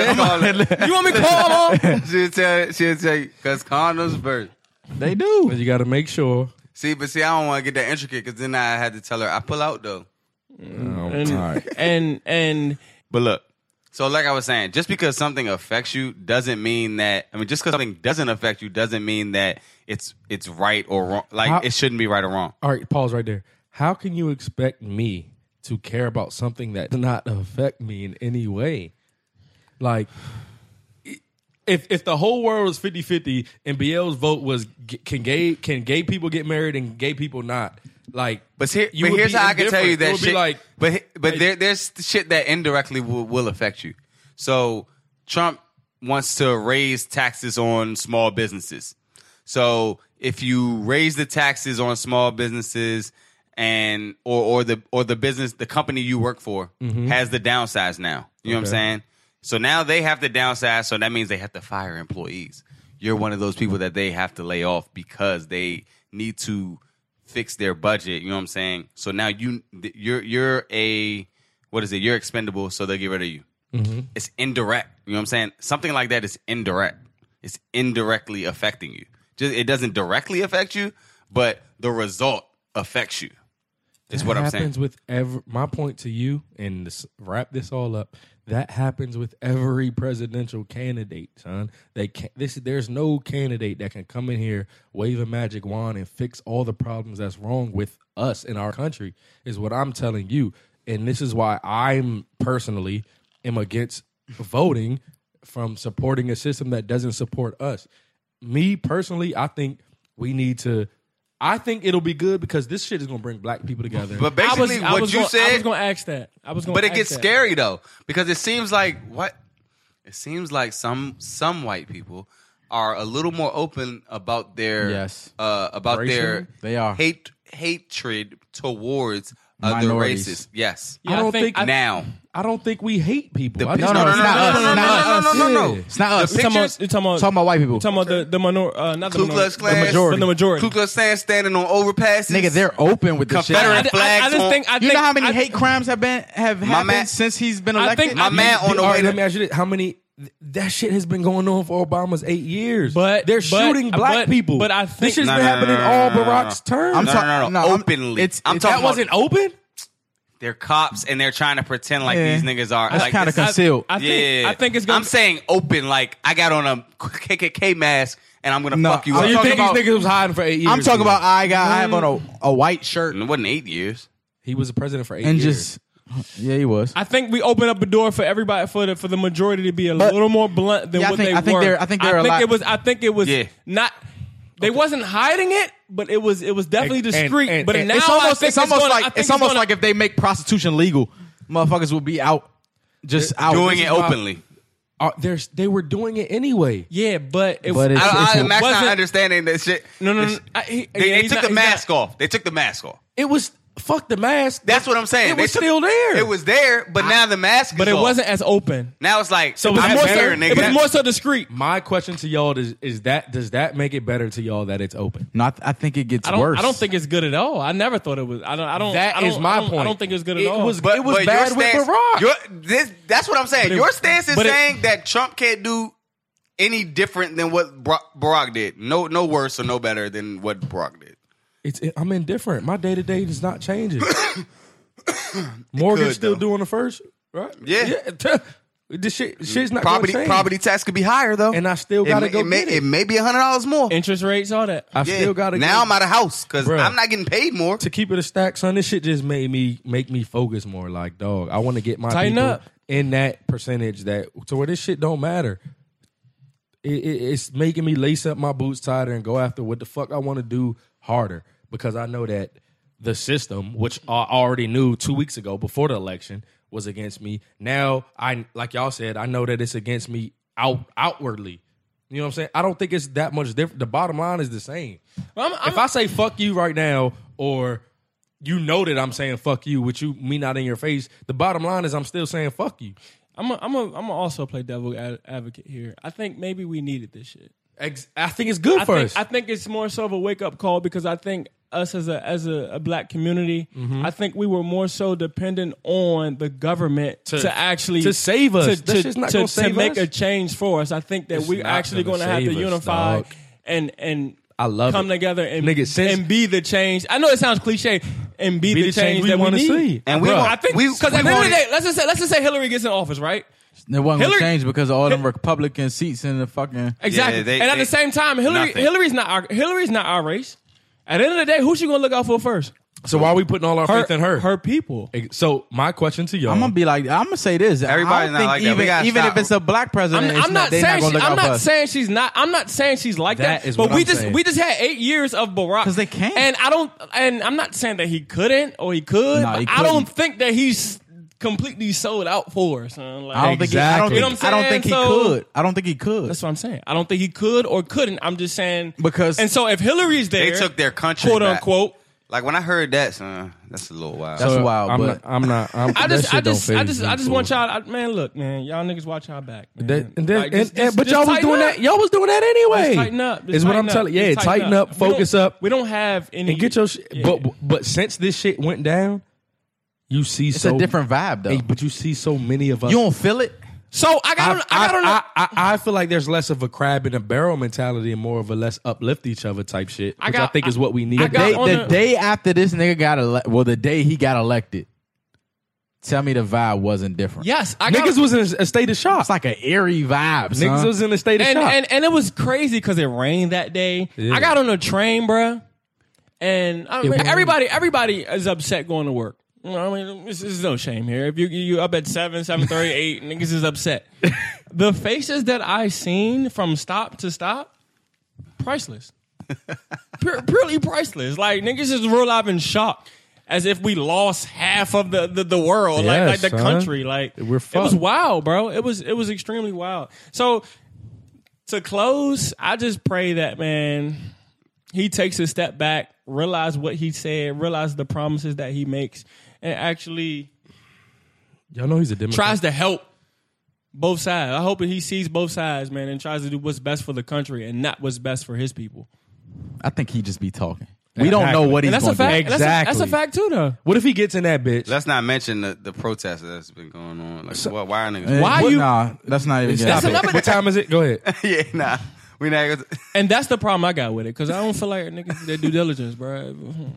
[SPEAKER 3] want me to call my mom?
[SPEAKER 5] She'll tell, she'll tell you, because condoms burst.
[SPEAKER 6] they do.
[SPEAKER 2] you got to make sure.
[SPEAKER 5] See, but see, I don't want to get that intricate because then I had to tell her I pull out though.
[SPEAKER 3] And, and and
[SPEAKER 5] But look, so like I was saying, just because something affects you doesn't mean that. I mean, just because something doesn't affect you doesn't mean that it's it's right or wrong. Like
[SPEAKER 2] How-
[SPEAKER 5] it shouldn't be right or wrong.
[SPEAKER 2] All right, pause right there. How can you expect me to care about something that does not affect me in any way? Like, i- if if the whole world was 50-50 and BL's vote was g- can gay can gay people get married and gay people not, like,
[SPEAKER 5] But, here,
[SPEAKER 2] you
[SPEAKER 5] but
[SPEAKER 2] would
[SPEAKER 5] here's
[SPEAKER 2] be
[SPEAKER 5] how I can tell you
[SPEAKER 2] indifferent. It
[SPEAKER 5] that
[SPEAKER 2] would be
[SPEAKER 5] shit.
[SPEAKER 2] like,
[SPEAKER 5] but he- but
[SPEAKER 2] like-
[SPEAKER 5] there, there's shit that indirectly will, will affect you. So Trump wants to raise taxes on small businesses. So if you raise the taxes on small businesses and or or the or the business the company you work for has the downsize now. You know what I'm saying? So now they have to downsize, so that means they have to fire employees. You're one of those people that they have to lay off because they need to fix their budget, you know what I'm saying? So now you th- you're you're a what is it? You're expendable, so they'll get rid of you. It's indirect. You know what I'm saying? Something like that is indirect. It's indirectly affecting you. Just it doesn't directly affect you, but the result affects you. Is what
[SPEAKER 2] that
[SPEAKER 5] I'm saying.
[SPEAKER 2] happens with every. My point to you, and this, wrap this all up. That happens with every presidential candidate, son. They can't. This there's no candidate that can come in here, wave a magic wand, and fix all the problems that's wrong with us in our country. Is what I'm telling you, and this is why I'm personally am against voting from supporting a system that doesn't support us. Me personally, I think we need to. I think it'll be good because this shit is gonna bring black people together.
[SPEAKER 5] But
[SPEAKER 3] I
[SPEAKER 5] basically,
[SPEAKER 3] was, I
[SPEAKER 5] what
[SPEAKER 3] was
[SPEAKER 5] you
[SPEAKER 3] gonna, I was
[SPEAKER 5] said,
[SPEAKER 3] gonna ask that. I was gonna.
[SPEAKER 5] but it
[SPEAKER 3] ask
[SPEAKER 5] gets
[SPEAKER 3] that.
[SPEAKER 5] scary though because it seems like what it seems like some some white people are a little more open about their
[SPEAKER 6] Yes.
[SPEAKER 5] uh, about their
[SPEAKER 6] Racism? They are.
[SPEAKER 5] hate hatred towards other
[SPEAKER 6] Minorities.
[SPEAKER 5] races. Yes.
[SPEAKER 2] I don't think-
[SPEAKER 5] now.
[SPEAKER 2] I don't think we hate people. I
[SPEAKER 5] pic-
[SPEAKER 2] just
[SPEAKER 6] no,
[SPEAKER 2] don't-
[SPEAKER 6] it's not us. It's not us.
[SPEAKER 5] no, no, no, no, no.
[SPEAKER 2] Yeah.
[SPEAKER 6] It's not us.
[SPEAKER 5] The
[SPEAKER 6] It's
[SPEAKER 5] pic-
[SPEAKER 3] Talking
[SPEAKER 5] Pictures?
[SPEAKER 3] about, you talking about,
[SPEAKER 6] talking about white people.
[SPEAKER 3] talking about the the minor, uh, not the
[SPEAKER 5] Ku
[SPEAKER 3] minor,
[SPEAKER 5] Klux Klan.
[SPEAKER 3] the majority, the majority.
[SPEAKER 5] Ku Klux Klan standing on overpasses.
[SPEAKER 6] Nigga, they're open with the shit.
[SPEAKER 3] I,
[SPEAKER 5] Confederate
[SPEAKER 3] I- I
[SPEAKER 5] flags
[SPEAKER 3] just
[SPEAKER 5] on-
[SPEAKER 3] think I
[SPEAKER 6] You
[SPEAKER 3] think
[SPEAKER 6] know how many
[SPEAKER 3] I,
[SPEAKER 6] hate crimes have been have happened
[SPEAKER 5] man-
[SPEAKER 6] since he's been
[SPEAKER 3] I
[SPEAKER 6] elected?
[SPEAKER 3] think-
[SPEAKER 5] My man on the
[SPEAKER 2] All
[SPEAKER 5] way
[SPEAKER 2] right, let me
[SPEAKER 5] to
[SPEAKER 2] ask you this: How many? th- That shit has been going on for Obama's eight years.
[SPEAKER 3] But-
[SPEAKER 2] they're
[SPEAKER 3] but-
[SPEAKER 2] shooting black
[SPEAKER 3] but-
[SPEAKER 2] people.
[SPEAKER 3] but I think-
[SPEAKER 2] this shit's
[SPEAKER 5] No,
[SPEAKER 2] been
[SPEAKER 5] no, no,
[SPEAKER 2] happening
[SPEAKER 5] no,
[SPEAKER 2] all
[SPEAKER 5] no, no, no.
[SPEAKER 2] Barrack's terms.
[SPEAKER 6] I'm
[SPEAKER 5] No,
[SPEAKER 6] talk-
[SPEAKER 5] no, no, no.
[SPEAKER 6] no, I'm-
[SPEAKER 5] Openly.
[SPEAKER 6] it's-
[SPEAKER 5] I'm
[SPEAKER 6] it's-
[SPEAKER 5] talking
[SPEAKER 2] that wasn't open.
[SPEAKER 5] they're cops and they're trying to pretend like
[SPEAKER 6] Yeah.
[SPEAKER 5] these niggas are.
[SPEAKER 6] That's
[SPEAKER 5] like,
[SPEAKER 6] kinda
[SPEAKER 5] this-
[SPEAKER 6] cons- concealed.
[SPEAKER 3] I, I think I think it's gonna.
[SPEAKER 5] I'm saying open. Like I got on a KKK mask and I'm gonna
[SPEAKER 6] No,
[SPEAKER 5] fuck you
[SPEAKER 6] I'm
[SPEAKER 5] up.
[SPEAKER 2] You
[SPEAKER 6] talking
[SPEAKER 2] think
[SPEAKER 6] about-
[SPEAKER 2] these niggas was hiding for eight years?
[SPEAKER 6] I'm talking
[SPEAKER 2] bro?
[SPEAKER 6] about I got I have on a, a white shirt
[SPEAKER 5] it wasn't eight years.
[SPEAKER 2] he was a president for eight
[SPEAKER 6] and
[SPEAKER 2] years.
[SPEAKER 6] just yeah, he was.
[SPEAKER 3] I think we open up a door for everybody for the for the majority to be a
[SPEAKER 6] But-
[SPEAKER 3] little more blunt than
[SPEAKER 6] Yeah, I
[SPEAKER 3] what
[SPEAKER 6] think-
[SPEAKER 3] they
[SPEAKER 6] I think
[SPEAKER 3] were.
[SPEAKER 6] they're- I think they're a lot-
[SPEAKER 3] it was. I think it was
[SPEAKER 5] Yeah.
[SPEAKER 3] not. They wasn't hiding it, but it was it was definitely
[SPEAKER 2] And- and-
[SPEAKER 3] discreet.
[SPEAKER 2] and-
[SPEAKER 3] but
[SPEAKER 2] and-
[SPEAKER 3] now
[SPEAKER 6] it's
[SPEAKER 3] I
[SPEAKER 6] almost
[SPEAKER 3] think
[SPEAKER 6] it's almost
[SPEAKER 3] gonna- I
[SPEAKER 6] like
[SPEAKER 3] think
[SPEAKER 6] it's almost
[SPEAKER 3] gonna-
[SPEAKER 6] like if they make prostitution legal, motherfuckers will be out just out
[SPEAKER 5] Doing
[SPEAKER 6] Oh, This
[SPEAKER 5] it
[SPEAKER 6] is why-
[SPEAKER 5] openly.
[SPEAKER 2] Uh, there's they were doing it anyway.
[SPEAKER 3] yeah, but
[SPEAKER 6] But
[SPEAKER 3] it was.
[SPEAKER 6] it's-
[SPEAKER 3] I-
[SPEAKER 5] I, I, Max not
[SPEAKER 3] wasn't-
[SPEAKER 5] understanding that shit.
[SPEAKER 3] no, no,
[SPEAKER 5] This-
[SPEAKER 3] no. I, he,
[SPEAKER 5] They,
[SPEAKER 3] yeah,
[SPEAKER 5] they
[SPEAKER 3] he's
[SPEAKER 5] took
[SPEAKER 3] not-
[SPEAKER 5] the
[SPEAKER 3] he's not-
[SPEAKER 5] mask off. They took the mask off.
[SPEAKER 2] It was fuck the mask.
[SPEAKER 5] That's what I'm saying.
[SPEAKER 2] It
[SPEAKER 5] They
[SPEAKER 2] was
[SPEAKER 5] took-
[SPEAKER 2] still there.
[SPEAKER 5] It was there, but now the mask.
[SPEAKER 3] but
[SPEAKER 5] is
[SPEAKER 3] it
[SPEAKER 5] off.
[SPEAKER 3] wasn't as open.
[SPEAKER 5] Now it's like
[SPEAKER 3] So it was,
[SPEAKER 5] I'm
[SPEAKER 3] more
[SPEAKER 5] here,
[SPEAKER 3] so,
[SPEAKER 5] nigga.
[SPEAKER 3] it was more so discreet.
[SPEAKER 2] My question to y'all is: Is that does that make it better to y'all that it's open?
[SPEAKER 6] No, I, th- I think it gets
[SPEAKER 3] I don't.
[SPEAKER 6] worse.
[SPEAKER 3] I don't think it's good at all. I never thought it was. I don't. I don't.
[SPEAKER 2] That
[SPEAKER 3] I don't-
[SPEAKER 2] is my
[SPEAKER 3] I don't-
[SPEAKER 2] point.
[SPEAKER 3] I don't think it's good at
[SPEAKER 2] It
[SPEAKER 3] all.
[SPEAKER 2] was it was
[SPEAKER 5] your
[SPEAKER 2] bad with Barack.
[SPEAKER 5] your- this, that's what I'm saying.
[SPEAKER 3] it-
[SPEAKER 5] your stance is
[SPEAKER 3] but it-
[SPEAKER 5] saying that Trump can't do any different than what Bra- Barack did. No, no worse or no better than what Barack did.
[SPEAKER 2] It's it, I'm indifferent. My day to day is not changing. Morgan's
[SPEAKER 5] could,
[SPEAKER 2] still
[SPEAKER 5] though.
[SPEAKER 2] doing the first, right?
[SPEAKER 5] Yeah.
[SPEAKER 2] yeah. This shit, shit's not
[SPEAKER 5] Property
[SPEAKER 2] gonna change.
[SPEAKER 5] property tax could be higher though,
[SPEAKER 2] And I still
[SPEAKER 5] It
[SPEAKER 2] gotta
[SPEAKER 5] may-
[SPEAKER 2] go
[SPEAKER 5] It may,
[SPEAKER 2] get it.
[SPEAKER 5] may be hundred dollars more.
[SPEAKER 3] interest rates, all that.
[SPEAKER 2] I
[SPEAKER 5] Yeah.
[SPEAKER 2] still got to
[SPEAKER 5] now I'm out of house because
[SPEAKER 2] Bruh.
[SPEAKER 5] I'm not getting paid more.
[SPEAKER 2] to keep it a stack, son. This shit just made me make me focus more. Like, dog, I want to get my
[SPEAKER 3] Tighten
[SPEAKER 2] people
[SPEAKER 3] up.
[SPEAKER 2] in that percentage that to where this shit don't matter. It, it- it's making me lace up my boots tighter and go after what the fuck I want to do harder because I know that the system, which I already knew two weeks ago before the election, was against me. Now I, like y'all said, I know that it's against me out outwardly. You know what I'm saying? I don't think it's that much different. The bottom line is the same
[SPEAKER 3] I'm, I'm,
[SPEAKER 2] if I say fuck you right now, or you know that I'm saying fuck you, which you me not in your face, the bottom line is I'm still saying fuck you.
[SPEAKER 3] I'm a, I'm a, I'm a also play devil ad- advocate here. I think maybe we needed this shit.
[SPEAKER 2] Ex- I think it's good
[SPEAKER 3] I
[SPEAKER 2] for
[SPEAKER 3] think
[SPEAKER 2] us.
[SPEAKER 3] I think it's more so of a wake up call because I think us as a as a, a black community,
[SPEAKER 2] Mm-hmm.
[SPEAKER 3] I think we were more so dependent on the government to, actually
[SPEAKER 2] to save us.
[SPEAKER 3] to
[SPEAKER 2] That
[SPEAKER 3] to,
[SPEAKER 2] shit's not
[SPEAKER 3] to,
[SPEAKER 2] gonna
[SPEAKER 3] to
[SPEAKER 2] save
[SPEAKER 3] make
[SPEAKER 2] us.
[SPEAKER 3] a change for us. I think that
[SPEAKER 2] It's
[SPEAKER 3] we're
[SPEAKER 2] not
[SPEAKER 3] actually
[SPEAKER 2] gonna
[SPEAKER 3] going to have to
[SPEAKER 2] save us,
[SPEAKER 3] unify
[SPEAKER 2] dog.
[SPEAKER 3] and and
[SPEAKER 2] I love
[SPEAKER 3] come
[SPEAKER 2] it.
[SPEAKER 3] together and
[SPEAKER 2] Nigga, since-
[SPEAKER 3] and be the change. I know it sounds cliche and be,
[SPEAKER 2] Be
[SPEAKER 3] the,
[SPEAKER 2] the
[SPEAKER 3] change,
[SPEAKER 2] change we
[SPEAKER 3] that we
[SPEAKER 2] wanna
[SPEAKER 3] need.
[SPEAKER 2] see.
[SPEAKER 5] And we
[SPEAKER 2] Bruh.
[SPEAKER 5] want-
[SPEAKER 3] I think
[SPEAKER 5] we-
[SPEAKER 3] because at the end
[SPEAKER 5] we
[SPEAKER 3] of the
[SPEAKER 5] wanted-
[SPEAKER 3] day, let's just say let's just say Hillary gets in office, right?
[SPEAKER 6] it wasn't
[SPEAKER 3] Hillary-
[SPEAKER 6] gonna change because of all them
[SPEAKER 3] Hil-
[SPEAKER 6] Republican seats in the fucking.
[SPEAKER 3] Exactly.
[SPEAKER 5] Yeah, they-
[SPEAKER 3] and at
[SPEAKER 5] they-
[SPEAKER 3] the same time, Hillary
[SPEAKER 5] nothing.
[SPEAKER 3] Hillary's not our Hillary's not our race. At the end of the day, who she gonna look out for first?
[SPEAKER 2] so why are we putting all our faith in her?
[SPEAKER 3] people.
[SPEAKER 2] Ex- So my question to y'all,
[SPEAKER 6] I'm gonna be like, I'm gonna say this. I
[SPEAKER 5] Everybody's
[SPEAKER 6] don't
[SPEAKER 5] not
[SPEAKER 6] think
[SPEAKER 5] like that. We
[SPEAKER 6] even
[SPEAKER 5] gotta
[SPEAKER 6] even
[SPEAKER 5] stop.
[SPEAKER 6] if it's a black
[SPEAKER 3] I'm,
[SPEAKER 6] president,
[SPEAKER 3] I'm
[SPEAKER 6] it's
[SPEAKER 3] not
[SPEAKER 6] they
[SPEAKER 3] saying
[SPEAKER 6] gonna
[SPEAKER 3] she,
[SPEAKER 6] look
[SPEAKER 3] I'm
[SPEAKER 6] out for
[SPEAKER 3] not
[SPEAKER 6] us.
[SPEAKER 3] saying she's not. I'm not saying she's like that.
[SPEAKER 2] That is
[SPEAKER 3] but
[SPEAKER 2] what
[SPEAKER 3] we
[SPEAKER 2] I'm
[SPEAKER 3] just
[SPEAKER 2] saying.
[SPEAKER 3] we just had eight years of Barack
[SPEAKER 6] 'Cause they can't.
[SPEAKER 3] And I don't. And I'm not saying that he couldn't or he could.
[SPEAKER 6] Nah, he
[SPEAKER 3] but I don't
[SPEAKER 6] couldn't.
[SPEAKER 3] think that he's completely sold out for us. Son. Like,
[SPEAKER 6] I don't think. He, I don't.
[SPEAKER 2] Exactly.
[SPEAKER 6] Think,
[SPEAKER 2] You know
[SPEAKER 3] what I'm
[SPEAKER 6] I don't
[SPEAKER 3] saying?
[SPEAKER 6] think he
[SPEAKER 3] So-
[SPEAKER 6] could. I don't think he could.
[SPEAKER 3] That's what I'm saying. I don't think he could or couldn't. I'm just saying
[SPEAKER 6] Because-
[SPEAKER 3] And so if Hillary's there,
[SPEAKER 5] They took their country,
[SPEAKER 3] quote
[SPEAKER 5] back.
[SPEAKER 3] unquote.
[SPEAKER 5] Like when I heard that, son, that's a little wild.
[SPEAKER 6] That's
[SPEAKER 2] So
[SPEAKER 6] wild,
[SPEAKER 2] uh, I'm
[SPEAKER 6] but-
[SPEAKER 2] not. I'm not I'm,
[SPEAKER 3] I
[SPEAKER 2] that
[SPEAKER 3] just,
[SPEAKER 2] shit
[SPEAKER 3] I
[SPEAKER 2] don't
[SPEAKER 3] just,
[SPEAKER 2] phase
[SPEAKER 3] I just,
[SPEAKER 2] me,
[SPEAKER 3] I just want
[SPEAKER 2] fool.
[SPEAKER 3] y'all. I, man, look, man, y'all niggas watch y'all back. Man.
[SPEAKER 2] That, and that,
[SPEAKER 3] Like, just-
[SPEAKER 2] and, and,
[SPEAKER 3] just-
[SPEAKER 2] but
[SPEAKER 3] just
[SPEAKER 2] y'all was
[SPEAKER 3] tighten
[SPEAKER 2] doing
[SPEAKER 3] up.
[SPEAKER 2] that. Y'all was doing that anyway.
[SPEAKER 3] Just tighten up. Just
[SPEAKER 2] is what
[SPEAKER 3] tighten
[SPEAKER 2] I'm telling.
[SPEAKER 3] Just
[SPEAKER 2] Yeah, tighten up.
[SPEAKER 3] We don't-
[SPEAKER 2] Focus up.
[SPEAKER 3] We don't have any.
[SPEAKER 2] and get your shit.
[SPEAKER 3] Yeah.
[SPEAKER 2] But but since this shit went down, you see
[SPEAKER 6] It's
[SPEAKER 2] so
[SPEAKER 6] a different vibe, though.
[SPEAKER 2] Hey, but you see so many of us.
[SPEAKER 6] you don't feel it.
[SPEAKER 3] so I got. on- I, got on. a-
[SPEAKER 2] I, I, I feel like there's less of a crab in a barrel mentality and more of a let's uplift each other type shit, which I,
[SPEAKER 3] got-
[SPEAKER 2] think is what we need.
[SPEAKER 3] I got
[SPEAKER 6] Day-
[SPEAKER 3] on
[SPEAKER 6] the
[SPEAKER 3] a-
[SPEAKER 6] day after this nigga got elected, well, the day he got elected, tell me the vibe wasn't different.
[SPEAKER 3] yes, I got.
[SPEAKER 2] Niggas was in a state of shock.
[SPEAKER 6] it's like an eerie vibe. Son.
[SPEAKER 2] Niggas was in a state of
[SPEAKER 3] and,
[SPEAKER 2] shock.
[SPEAKER 3] and and it was crazy because it rained that day.
[SPEAKER 2] Yeah.
[SPEAKER 3] I got on a train, bruh, and I mean,
[SPEAKER 2] rained.
[SPEAKER 3] everybody everybody is upset going to work. You know, I mean, this is no shame here. If you you up at seven, seven thirty, eight, niggas is upset. the faces that I seen from stop to stop, priceless, Pure, purely priceless. Like niggas is real life in shock. As if we lost half of the, the, the world, like,
[SPEAKER 2] Yes,
[SPEAKER 3] like the
[SPEAKER 2] son.
[SPEAKER 3] country, like
[SPEAKER 2] We're
[SPEAKER 3] it was
[SPEAKER 2] fucked.
[SPEAKER 3] wild, bro. It was it was extremely wild. So to close, I just pray that man he takes a step back, realize what he said, realize the promises that he makes, and actually
[SPEAKER 2] Y'all know he's a Democrat.
[SPEAKER 3] tries to help both sides. I hope that he sees both sides, man, and tries to do what's best for the country and not what's best for his people.
[SPEAKER 6] I think he just be talking. We don't know
[SPEAKER 2] Exactly.
[SPEAKER 6] what he's
[SPEAKER 3] And that's a
[SPEAKER 6] going to
[SPEAKER 3] fact.
[SPEAKER 6] do.
[SPEAKER 3] That's a- That's a,
[SPEAKER 2] Exactly.
[SPEAKER 3] fact too, though.
[SPEAKER 2] What if he gets in that bitch?
[SPEAKER 5] Let's not mention the, the protest that's been going on. Like, why, why are niggas?
[SPEAKER 6] Eh,
[SPEAKER 3] Why
[SPEAKER 6] what-
[SPEAKER 3] you-
[SPEAKER 6] Nah, that's not even.
[SPEAKER 2] Stop
[SPEAKER 6] yeah.
[SPEAKER 2] it. What time is it? Go ahead.
[SPEAKER 5] yeah, nah. We not. Gonna,
[SPEAKER 3] And that's the problem I got with it because I don't feel like niggas do their due diligence, bro.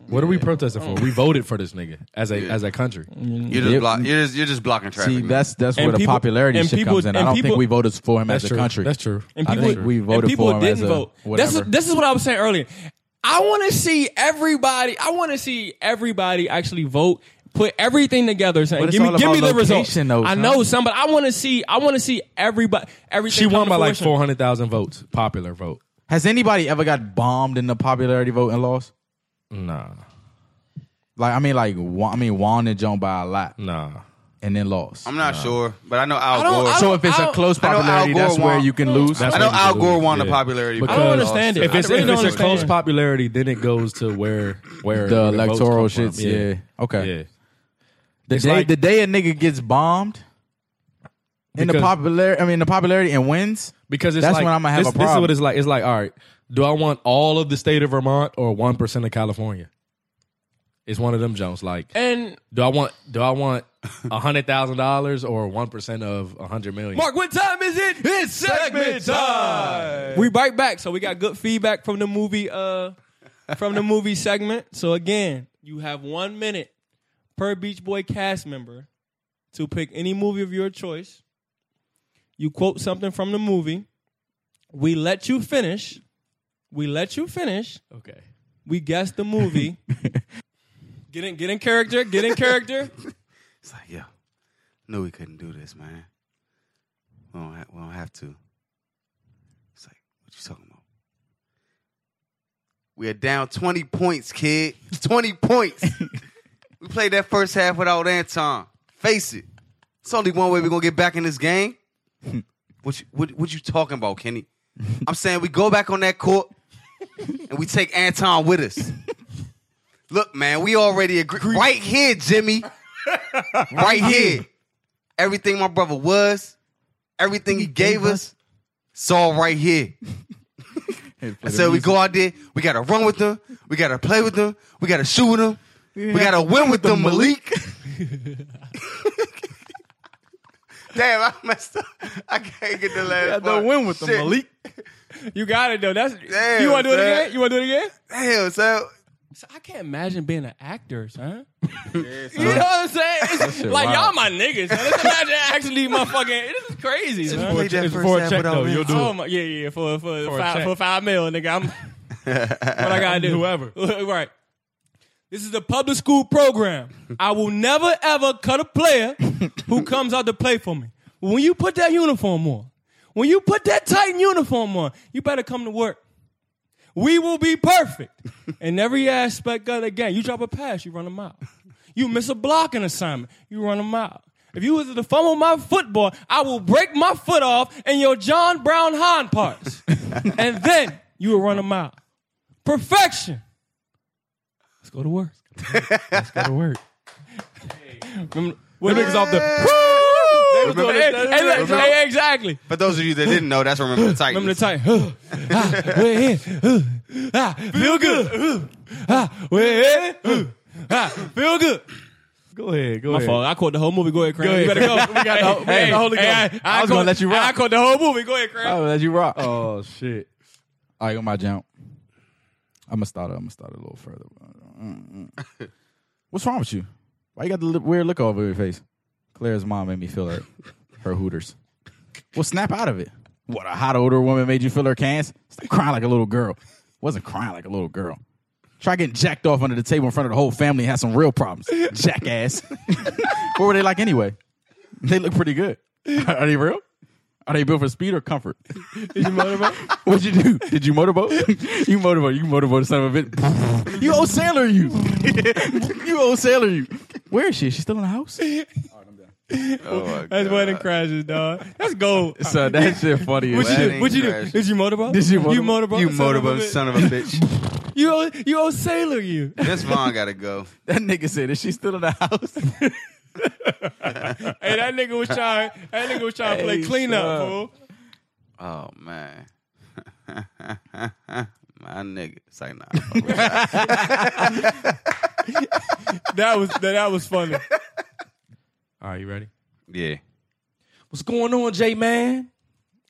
[SPEAKER 2] What are we protesting for? We voted for this nigga as a as a country.
[SPEAKER 5] you're just
[SPEAKER 6] Yep.
[SPEAKER 5] block, you're just you're just blocking traffic.
[SPEAKER 6] See,
[SPEAKER 5] man.
[SPEAKER 6] that's that's where
[SPEAKER 3] And
[SPEAKER 6] the
[SPEAKER 3] people-
[SPEAKER 6] popularity
[SPEAKER 3] and
[SPEAKER 6] shit
[SPEAKER 3] people-
[SPEAKER 6] comes in. I
[SPEAKER 3] and
[SPEAKER 6] don't think
[SPEAKER 3] people-
[SPEAKER 6] we voted for him as a
[SPEAKER 2] true.
[SPEAKER 6] country.
[SPEAKER 2] That's true.
[SPEAKER 3] And
[SPEAKER 6] I
[SPEAKER 3] people,
[SPEAKER 6] think we voted
[SPEAKER 3] and people
[SPEAKER 6] for him
[SPEAKER 3] didn't
[SPEAKER 6] as a
[SPEAKER 3] vote. That's,
[SPEAKER 6] whatever.
[SPEAKER 3] this is what I was saying earlier. I want to see everybody. I want to see everybody actually vote. Put everything together. Saying,
[SPEAKER 6] But it's
[SPEAKER 3] give me,
[SPEAKER 6] all
[SPEAKER 3] give me
[SPEAKER 6] about
[SPEAKER 3] the results.
[SPEAKER 6] location, though,
[SPEAKER 3] I
[SPEAKER 6] son.
[SPEAKER 3] know some, but I want to see. I want to see everybody. Everything
[SPEAKER 2] She won
[SPEAKER 3] come
[SPEAKER 2] by
[SPEAKER 3] to
[SPEAKER 2] like
[SPEAKER 3] fruition.
[SPEAKER 2] four hundred thousand votes, popular vote.
[SPEAKER 6] Has anybody ever got bombed in the popularity vote and lost?
[SPEAKER 2] Nah,
[SPEAKER 6] Like I mean, like Wa- I mean, Juan and John by a lot
[SPEAKER 2] nah.
[SPEAKER 6] and then lost.
[SPEAKER 5] I'm not sure, but I know Al
[SPEAKER 3] I don't-
[SPEAKER 5] Gore.
[SPEAKER 3] I don't-
[SPEAKER 6] so if it's a
[SPEAKER 3] Al-
[SPEAKER 6] close
[SPEAKER 5] I know Al
[SPEAKER 6] popularity,
[SPEAKER 5] Gore
[SPEAKER 6] that's where
[SPEAKER 5] won.
[SPEAKER 6] you can lose.
[SPEAKER 2] That's
[SPEAKER 5] I know
[SPEAKER 2] what
[SPEAKER 5] Al
[SPEAKER 2] you
[SPEAKER 5] Gore
[SPEAKER 2] do.
[SPEAKER 5] won the
[SPEAKER 2] Yeah.
[SPEAKER 5] popularity.
[SPEAKER 2] Because-
[SPEAKER 5] vote.
[SPEAKER 2] I don't
[SPEAKER 3] understand it.
[SPEAKER 2] If
[SPEAKER 3] I
[SPEAKER 2] it's,
[SPEAKER 3] really
[SPEAKER 2] if it's
[SPEAKER 3] don't
[SPEAKER 2] a close
[SPEAKER 3] understand.
[SPEAKER 2] popularity, then it goes to where where
[SPEAKER 6] the
[SPEAKER 2] votes
[SPEAKER 6] electoral
[SPEAKER 2] come
[SPEAKER 6] shits.
[SPEAKER 2] from.
[SPEAKER 6] Yeah. Okay.
[SPEAKER 2] yeah.
[SPEAKER 6] The
[SPEAKER 2] It's
[SPEAKER 6] day
[SPEAKER 2] like-
[SPEAKER 6] the day a nigga gets bombed in the
[SPEAKER 2] Because-
[SPEAKER 6] popularity, I mean the popularity and wins.
[SPEAKER 2] Because it's
[SPEAKER 6] That's
[SPEAKER 2] like,
[SPEAKER 6] when I'ma have
[SPEAKER 2] this,
[SPEAKER 6] a
[SPEAKER 2] This is
[SPEAKER 6] problem.
[SPEAKER 2] what it's like. It's like, all right, do I want all of the state of Vermont or one percent of California? It's one of them Jones. Like,
[SPEAKER 3] And
[SPEAKER 2] do I want do I want a hundred thousand dollars or one percent of a hundred million?
[SPEAKER 3] Mark, what time is it? It's segment time. We right back. So we got good feedback from the movie, uh, from the movie segment. So again, you have one minute per Beach Boy cast member to pick any movie of your choice. You quote something from the movie. We let you finish. We let you finish.
[SPEAKER 2] Okay.
[SPEAKER 3] We guess the movie. get in, get in character. Get in character.
[SPEAKER 5] It's like, yo, knew we couldn't do this, man. We don't, ha- we don't have to. It's like, what you talking about? We are down 20 points, kid. 20 points. we played that first half without Anton. Face it. It's only one way we're going to get back in this game. What you, what, what you talking about, Kenny? I'm saying we go back on that court and we take Anton with us. Look, man, we already agree. Right here, Jimmy right here. Everything my brother was, everything he gave us, it's all right here. And so we go out there, we gotta run with them, we gotta play with them, we gotta shoot with them, we gotta win with them, Malik. Damn, I messed up. I can't get the last part. Shit.
[SPEAKER 3] You got it though. That's
[SPEAKER 5] Damn,
[SPEAKER 3] you want to do it
[SPEAKER 5] man.
[SPEAKER 3] again. You want to do it again.
[SPEAKER 5] Damn, so
[SPEAKER 3] So I can't imagine being an actor, son. You know what I'm saying? It's like y'all my niggas. Son. Just imagine actually my fucking. This is crazy, son.
[SPEAKER 5] played that
[SPEAKER 2] it's
[SPEAKER 5] first
[SPEAKER 2] for a
[SPEAKER 5] half
[SPEAKER 2] check,
[SPEAKER 5] without
[SPEAKER 2] though.
[SPEAKER 5] Anton.
[SPEAKER 2] You'll do
[SPEAKER 3] Oh
[SPEAKER 2] it.
[SPEAKER 3] my, yeah, yeah, for for
[SPEAKER 2] For a
[SPEAKER 3] five,
[SPEAKER 2] check.
[SPEAKER 3] for five mil, nigga. I'm what I gotta do.
[SPEAKER 2] Whoever.
[SPEAKER 3] right. This is a public school program. I will never ever cut a player who comes out to play for me. When you put that uniform on, when you put that Titan uniform on, you better come to work. We will be perfect in every aspect of the game. You drop a pass, you run a mile. You miss a blocking assignment, you run a mile. If you was to fumble my football, I will break my foot off in your John Brown hind parts, and then you will run a mile. Perfection. Let's go to work.
[SPEAKER 2] Gotta work.
[SPEAKER 3] Remember, when niggas off the
[SPEAKER 5] They was doing
[SPEAKER 3] Hey,
[SPEAKER 5] that-
[SPEAKER 3] hey, look,
[SPEAKER 5] Remember-
[SPEAKER 3] hey, exactly.
[SPEAKER 5] For those of you that didn't know, that's remember the Titans.
[SPEAKER 3] Remember the time. ah, we're here. ah, feel good. ah, we're here. ah, feel good.
[SPEAKER 2] Go ahead. Go
[SPEAKER 3] My
[SPEAKER 2] ahead.
[SPEAKER 3] fault. I caught the whole movie. Go ahead, Craig.
[SPEAKER 2] Go
[SPEAKER 3] You
[SPEAKER 2] ahead.
[SPEAKER 3] better go. We got the,
[SPEAKER 6] Hey, the Holy
[SPEAKER 3] I,
[SPEAKER 6] Ghost. I was gonna
[SPEAKER 3] caught-
[SPEAKER 6] let you rock.
[SPEAKER 3] I caught the whole movie. Go ahead, Craig.
[SPEAKER 6] Oh, let you rock.
[SPEAKER 2] Oh shit.
[SPEAKER 6] All right, on my jump. I'm gonna start. I'm gonna start a little further. Mm, mm. What's wrong with you? Why you got the li- weird look all over your face? Claire's mom made me feel her, her hooters. Well, snap out of it. What a hot older woman made you feel her cans? Stop crying like a little girl. Wasn't crying like a little girl. Try getting jacked off under the table in front of the whole family and have some real problems. Jackass. what were they like anyway? They look pretty good. Are they real? Are they built for speed or comfort? Did you motorboat? What'd you do? Did you motorboat? you motorboat. You motorboat son of a bitch. you old sailor, you. you old sailor, you. Where is she? Is she still in the house? All right, I'm done.
[SPEAKER 5] Oh my
[SPEAKER 3] That's
[SPEAKER 5] God.
[SPEAKER 3] wedding crashes, dog. That's gold.
[SPEAKER 6] So uh, that shit funny.
[SPEAKER 3] What
[SPEAKER 6] as
[SPEAKER 3] you
[SPEAKER 6] shit.
[SPEAKER 3] do? What you do?
[SPEAKER 5] crashes.
[SPEAKER 3] Is you motorboat?
[SPEAKER 6] Is you
[SPEAKER 3] You
[SPEAKER 6] motorboat?
[SPEAKER 3] motorboat?
[SPEAKER 5] You
[SPEAKER 3] son of a
[SPEAKER 5] motorboat
[SPEAKER 3] bitch.
[SPEAKER 5] son of a bitch.
[SPEAKER 3] You old, you old sailor, you.
[SPEAKER 5] Miss Vaughn gotta go.
[SPEAKER 6] That nigga said, "Is she still in the house?"
[SPEAKER 3] hey, that nigga was trying. That nigga was trying to play
[SPEAKER 6] Hey,
[SPEAKER 3] cleanup,
[SPEAKER 6] son.
[SPEAKER 3] fool.
[SPEAKER 5] Oh man. My nigga. It's like nah. fuck with that.
[SPEAKER 3] That was that, that was funny.
[SPEAKER 2] All right, you ready?
[SPEAKER 5] yeah.
[SPEAKER 2] What's going on, J man?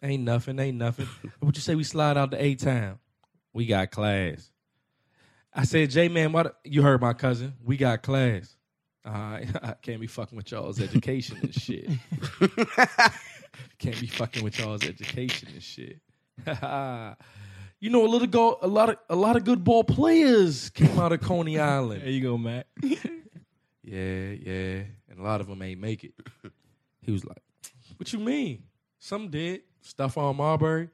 [SPEAKER 2] Ain't nothing, ain't nothing. What you say we slide out to A town? We got class. I said, J man, what? You heard my cousin. We got class. I, I can't be fucking with y'all's education and shit. can't be fucking with y'all's education and shit. you know, a little go, a lot of a lot of good ball players came out of Coney Island.
[SPEAKER 3] There you go, Mac.
[SPEAKER 2] yeah, yeah. And a lot of them ain't make it. He was like, What you mean? Some did. Stuff on Marbury.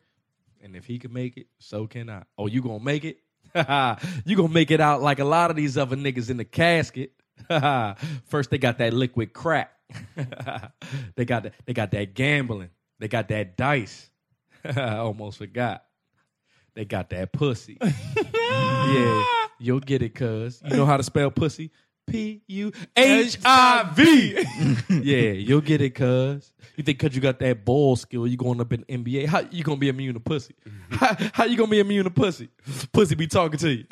[SPEAKER 2] And if he could make it, so can I. Oh, you gonna make it? you gonna make it out like a lot of these other niggas in the casket. First they got that liquid crack. they got that, they got that gambling. They got that dice. I almost forgot. They got that pussy. Yeah, you'll get it, cuz. You know how to spell pussy? P U H I V. Yeah, you'll get it, cuz. You think cuz you got that ball skill, you going up in the NBA. How you gonna be immune to pussy? How, how you gonna be immune to pussy? Pussy be talking to you.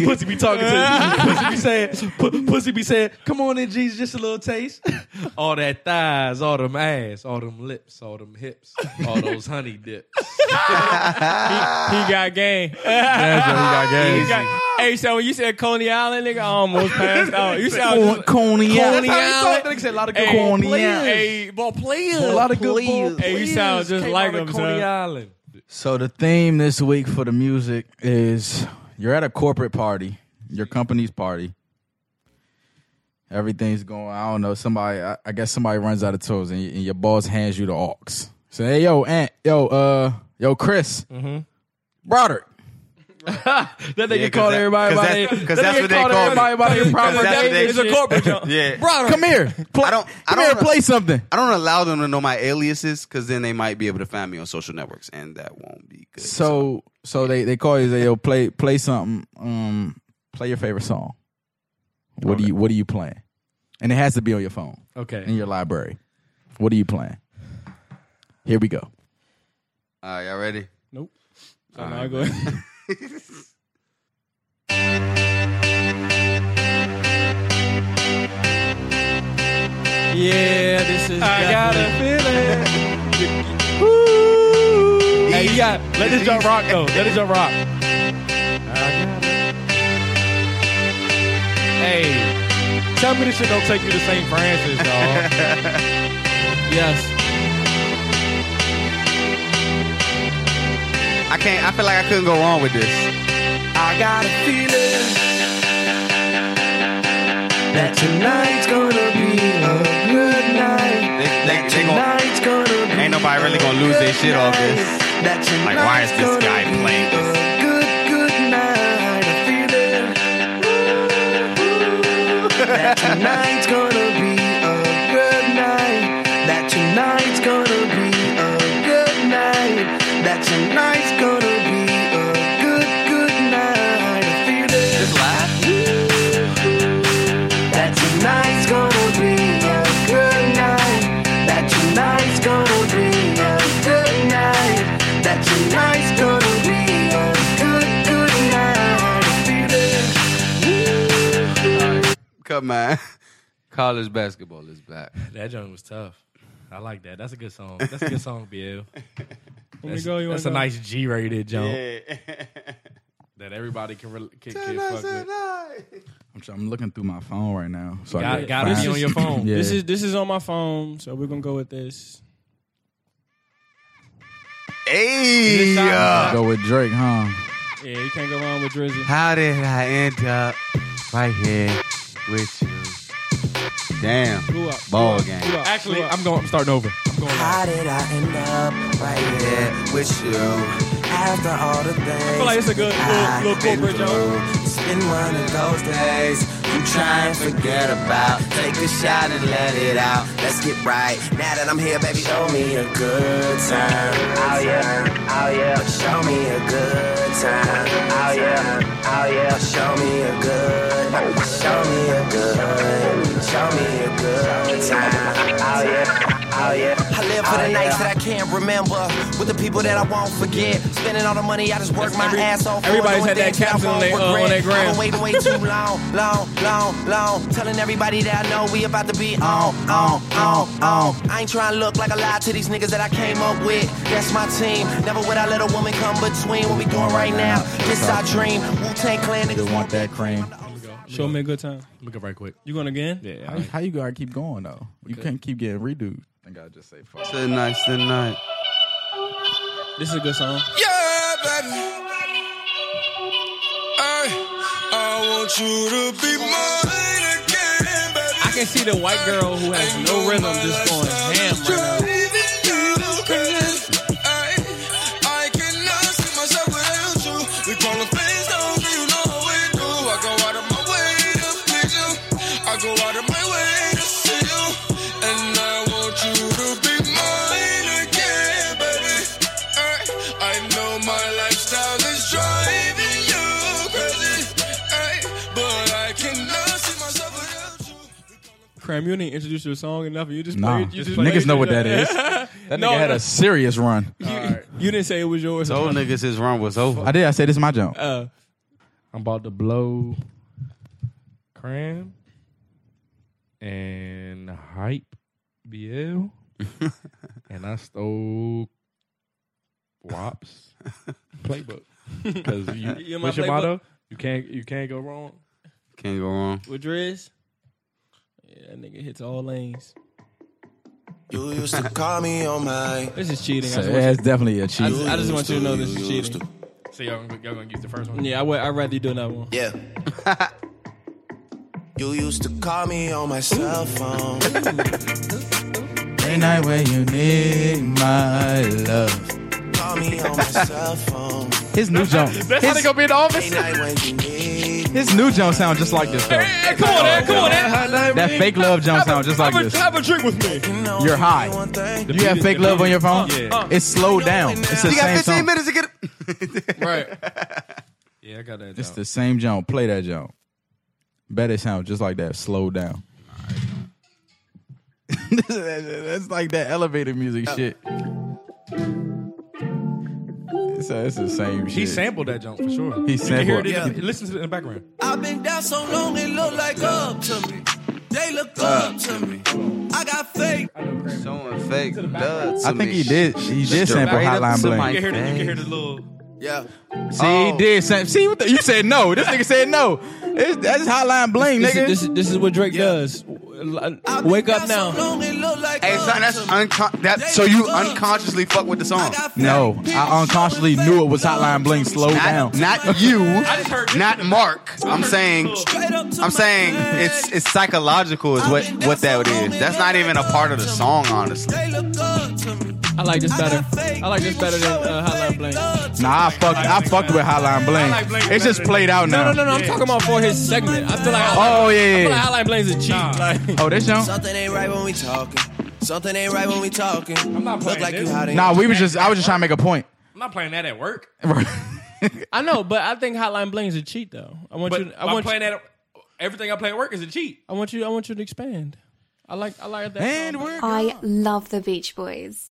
[SPEAKER 2] Pussy be talking to you. Pussy be saying, pu- pussy be saying, come on in, Jesus, just a little taste. All that thighs, all them ass, all them lips, all them hips, all those honey dips.
[SPEAKER 3] He got game. He got- hey, so when you said Coney Island, nigga, I almost passed out. You sound just,
[SPEAKER 6] Coney
[SPEAKER 3] Coney
[SPEAKER 6] Island.
[SPEAKER 3] Island.
[SPEAKER 2] Like I said, a lot of good
[SPEAKER 3] Hey,
[SPEAKER 2] ball
[SPEAKER 6] Coney
[SPEAKER 2] players.
[SPEAKER 6] Island.
[SPEAKER 3] Hey, ball players.
[SPEAKER 2] A lot of good ball
[SPEAKER 3] Hey, you sound
[SPEAKER 2] players
[SPEAKER 3] just
[SPEAKER 2] came
[SPEAKER 3] like
[SPEAKER 2] out of
[SPEAKER 3] him,
[SPEAKER 2] Coney
[SPEAKER 3] son.
[SPEAKER 2] Island.
[SPEAKER 6] So the theme this week for the music is you're at a corporate party, your company's party. Everything's going. I don't know. Somebody, I, I guess somebody runs out of tools, and, y- and your boss hands you the aux. Say, hey, yo, Aunt, yo, uh, yo, Chris, Broderick.
[SPEAKER 2] That nigga
[SPEAKER 5] Yeah, 'cause
[SPEAKER 2] called
[SPEAKER 5] that-
[SPEAKER 2] everybody
[SPEAKER 5] 'cause
[SPEAKER 2] by
[SPEAKER 5] that's-
[SPEAKER 2] their-
[SPEAKER 5] 'cause
[SPEAKER 2] that
[SPEAKER 5] that's
[SPEAKER 2] nigga
[SPEAKER 5] what they
[SPEAKER 2] called
[SPEAKER 5] call me.
[SPEAKER 2] everybody by their proper
[SPEAKER 5] that's what
[SPEAKER 2] name.
[SPEAKER 5] they-
[SPEAKER 2] It's a corporate job.
[SPEAKER 5] Yeah.
[SPEAKER 6] Broderick, come here. Play,
[SPEAKER 5] I don't- I
[SPEAKER 6] come
[SPEAKER 5] don't
[SPEAKER 6] here.
[SPEAKER 5] wanna-
[SPEAKER 6] Play something.
[SPEAKER 5] I don't allow them to know my aliases because then they might be able to find me on social networks, and that won't be good.
[SPEAKER 6] So, so they they call you. They yo, play play something. Um, play your favorite song. What do you What are you playing? And it has to be on your phone. in
[SPEAKER 2] Okay.
[SPEAKER 6] your library. What are you playing? Here we go.
[SPEAKER 5] all right, y'all ready?
[SPEAKER 3] Nope. So now I go. ahead. yeah, this is.
[SPEAKER 2] I got a
[SPEAKER 3] definitely-
[SPEAKER 2] feeling. Hey, you got let this jump rock though. Let it jump rock. Hey, tell me this shit don't take you to St. Francis, dog.
[SPEAKER 3] Yes.
[SPEAKER 5] I can't. I feel like I couldn't go wrong with this.
[SPEAKER 1] I got a feeling that tonight's gonna be a good night.
[SPEAKER 5] They, they, they gonna,
[SPEAKER 1] Tonight's gonna be
[SPEAKER 5] ain't nobody really gonna lose their shit off this.
[SPEAKER 1] That
[SPEAKER 5] Like, why is
[SPEAKER 1] tonight's
[SPEAKER 5] this
[SPEAKER 1] gonna
[SPEAKER 5] guy
[SPEAKER 1] be
[SPEAKER 5] playing
[SPEAKER 1] a
[SPEAKER 5] this?
[SPEAKER 1] Good, good night. A feeling that tonight's gonna be a good night. That tonight's gonna be a good night. That tonight's gonna be a good, good night. A feeling. That tonight's gonna be a good night. That tonight's gonna be a good night. That tonight's gonna be a good, good night.
[SPEAKER 5] Come on. College basketball is back.
[SPEAKER 2] That joint was tough. I like that. That's a good song. That's a good song, BL.
[SPEAKER 3] Let me go. You
[SPEAKER 2] That's
[SPEAKER 3] wanna go?
[SPEAKER 2] a nice G-rated joint that everybody can, re- can, can fuck with.
[SPEAKER 6] I'm, try- I'm looking through my phone right now. So I
[SPEAKER 2] Got,
[SPEAKER 6] can
[SPEAKER 2] gotta
[SPEAKER 6] find-
[SPEAKER 2] be on your phone.
[SPEAKER 6] Yeah.
[SPEAKER 3] This is this is on my phone, so we're gonna go with this.
[SPEAKER 5] Hey, yo.
[SPEAKER 6] go with Drake, huh?
[SPEAKER 3] Yeah, you can't go wrong with Drizzy.
[SPEAKER 5] how did I end up right here with you? Damn,
[SPEAKER 3] Who up?
[SPEAKER 5] ball
[SPEAKER 3] Who up?
[SPEAKER 5] game.
[SPEAKER 3] Who up?
[SPEAKER 2] Actually,
[SPEAKER 3] Who up?
[SPEAKER 2] I'm going. I'm starting over. I'm going.
[SPEAKER 1] How did I end up right here
[SPEAKER 5] Yeah, with you.
[SPEAKER 1] after all the things?
[SPEAKER 3] I feel like it's a good little, little corporate joke.
[SPEAKER 1] It's been one of those days. You
[SPEAKER 4] I'm trying to forget about. Take a shot and let it out. Let's get right. Now that I'm here, baby, show me a good time. Oh yeah, oh yeah. But show me a good time. Oh yeah, oh yeah. Show me a good. Show me a good. Show me a good time. Oh yeah, oh yeah. I live for the nights that I can't remember with the people that I won't forget. Spending all the money, I just work my ass off. for
[SPEAKER 3] everybody's had
[SPEAKER 4] doing
[SPEAKER 3] that
[SPEAKER 4] things I
[SPEAKER 3] caption on
[SPEAKER 4] won't
[SPEAKER 3] they, uh, on
[SPEAKER 4] regret.
[SPEAKER 3] their gram.
[SPEAKER 4] I've been waiting way too long, long, long, long. Telling everybody that I know we about to be on, on, on, on. I ain't trying to look like a lie to these niggas that I came up with. That's my team. Never would I let a woman come between what we doing right now. This our dream. Wu Tang Clan
[SPEAKER 6] You
[SPEAKER 4] niggas
[SPEAKER 6] want that cream?
[SPEAKER 3] Show me a good time.
[SPEAKER 2] Look up right quick.
[SPEAKER 3] You going again?
[SPEAKER 6] How, how you gotta keep going though? You can't keep getting redo. I think I just say fuck.
[SPEAKER 5] Tonight, tonight.
[SPEAKER 3] This is a good song.
[SPEAKER 7] Yeah, baby. Ay, I
[SPEAKER 2] Oh,
[SPEAKER 7] want you to be mine again, baby.
[SPEAKER 3] I can see the white girl who has no rhythm just going ham right now.
[SPEAKER 7] Go out of my way to see you, and I want you to be mine again, baby. Ay, I know my lifestyle is driving you crazy, ay, but I cannot see myself without you.
[SPEAKER 3] Cram, you didn't introduce your song enough. You just
[SPEAKER 6] Nah,
[SPEAKER 3] played, you just
[SPEAKER 6] niggas
[SPEAKER 3] played
[SPEAKER 6] know what
[SPEAKER 3] your-
[SPEAKER 6] that is. That nigga had a serious run.
[SPEAKER 3] You, you didn't say it was yours.
[SPEAKER 5] Told niggas his run was over.
[SPEAKER 6] I did. I said this is my jump.
[SPEAKER 3] Uh,
[SPEAKER 2] I'm about to blow Cram and Hype BL. and I stole Wops playbook. Because you,
[SPEAKER 3] You in my
[SPEAKER 2] what's your
[SPEAKER 3] playbook?
[SPEAKER 2] motto? You can't you can't go wrong.
[SPEAKER 5] Can't go wrong.
[SPEAKER 3] with Driz. Yeah, that nigga hits all lanes.
[SPEAKER 7] You used to call me on my.
[SPEAKER 3] This is cheating. I
[SPEAKER 6] So
[SPEAKER 3] just want you,
[SPEAKER 6] that's definitely a cheat.
[SPEAKER 3] I just, I just want you to know this is cheating.
[SPEAKER 2] So y'all, gonna- y'all gonna use the first one?
[SPEAKER 3] Yeah, I would. I'd rather you do another one.
[SPEAKER 7] Yeah. you used to call me on my cell phone.
[SPEAKER 6] Late night when you need my love.
[SPEAKER 7] call me on my cell phone.
[SPEAKER 6] His new jump.
[SPEAKER 2] That's how they
[SPEAKER 6] His,
[SPEAKER 2] gonna be in the
[SPEAKER 7] Late
[SPEAKER 2] office.
[SPEAKER 7] night when you need.
[SPEAKER 6] his new jump sound just like this though.
[SPEAKER 3] come on, Ed, come on, Ed.
[SPEAKER 6] That fake love jump sound just like this.
[SPEAKER 3] a drink with me.
[SPEAKER 7] You know
[SPEAKER 6] You're high.
[SPEAKER 7] only one thing.
[SPEAKER 6] You have fake love on your phone.
[SPEAKER 2] Yeah.
[SPEAKER 6] It's slowed down. It's the
[SPEAKER 5] You got
[SPEAKER 6] same song.
[SPEAKER 5] 15 minutes to get it.
[SPEAKER 2] Right. Yeah, I got that.
[SPEAKER 6] It's
[SPEAKER 2] down.
[SPEAKER 6] the same jump. Play that jump. Bet it sound just like that. Slowed down. That's like that elevator music shit. So it's the same shit.
[SPEAKER 2] He sampled that jump for sure.
[SPEAKER 6] He
[SPEAKER 2] You can hear it.
[SPEAKER 6] sampled-
[SPEAKER 2] in- Listen to it in the background.
[SPEAKER 7] I've been down so long, it look like up to me. They look up to me. I got fake.
[SPEAKER 5] Showing fake blood to
[SPEAKER 6] I think
[SPEAKER 5] me.
[SPEAKER 6] he did. He did sample
[SPEAKER 5] Straight up
[SPEAKER 6] Hotline
[SPEAKER 5] to Oh. my
[SPEAKER 6] Bling.
[SPEAKER 2] You can hear the, you can hear the little.
[SPEAKER 7] Yeah.
[SPEAKER 6] See, he did. Sam- See, what the, you said no. This nigga said no. It's, that's hotline bling,
[SPEAKER 3] This
[SPEAKER 6] nigga.
[SPEAKER 3] is, this, is, this is what Drake does.
[SPEAKER 7] I've been
[SPEAKER 3] Wake up
[SPEAKER 7] down
[SPEAKER 3] now.
[SPEAKER 7] So long, it look like
[SPEAKER 5] Hey,
[SPEAKER 7] up
[SPEAKER 5] son, that's
[SPEAKER 7] to me.
[SPEAKER 5] uncon- that. So you unconsciously fuck with the song.
[SPEAKER 6] no, I unconsciously knew it was hotline bling. Slow down.
[SPEAKER 5] Not, not you.
[SPEAKER 2] just heard-
[SPEAKER 5] Not Mark. I'm saying. I'm saying it's it's psychological is what what that is. That's not even a part of the song, honestly.
[SPEAKER 3] I like this better. I like this better than uh, Hotline Bling.
[SPEAKER 6] Nah, I fucked. I fucked with hotline bling. It's just played out
[SPEAKER 3] No,
[SPEAKER 6] now.
[SPEAKER 3] no, no, no. I'm talking about for his segment. I feel like
[SPEAKER 6] Oh yeah,
[SPEAKER 3] I feel like
[SPEAKER 6] yeah.
[SPEAKER 3] Hotline Bling's a cheat. Like,
[SPEAKER 6] yeah. Oh, this young.
[SPEAKER 7] Something ain't right when we talking. Something ain't right when we talking. I'm
[SPEAKER 2] not
[SPEAKER 7] look
[SPEAKER 2] playing
[SPEAKER 7] like you
[SPEAKER 2] this.
[SPEAKER 7] hiding.
[SPEAKER 6] Nah, we was just. I was just trying to make a point.
[SPEAKER 2] I'm not playing that at work.
[SPEAKER 3] I know, but I think Hotline Bling's a cheat though. I want you.
[SPEAKER 2] But
[SPEAKER 3] I
[SPEAKER 2] I am
[SPEAKER 3] want you,
[SPEAKER 2] playing that. At, everything I play at work is a cheat.
[SPEAKER 3] I want you. I want you to expand. I like. I like that.
[SPEAKER 6] And
[SPEAKER 3] song.
[SPEAKER 6] we're.
[SPEAKER 8] I love the Beach Boys.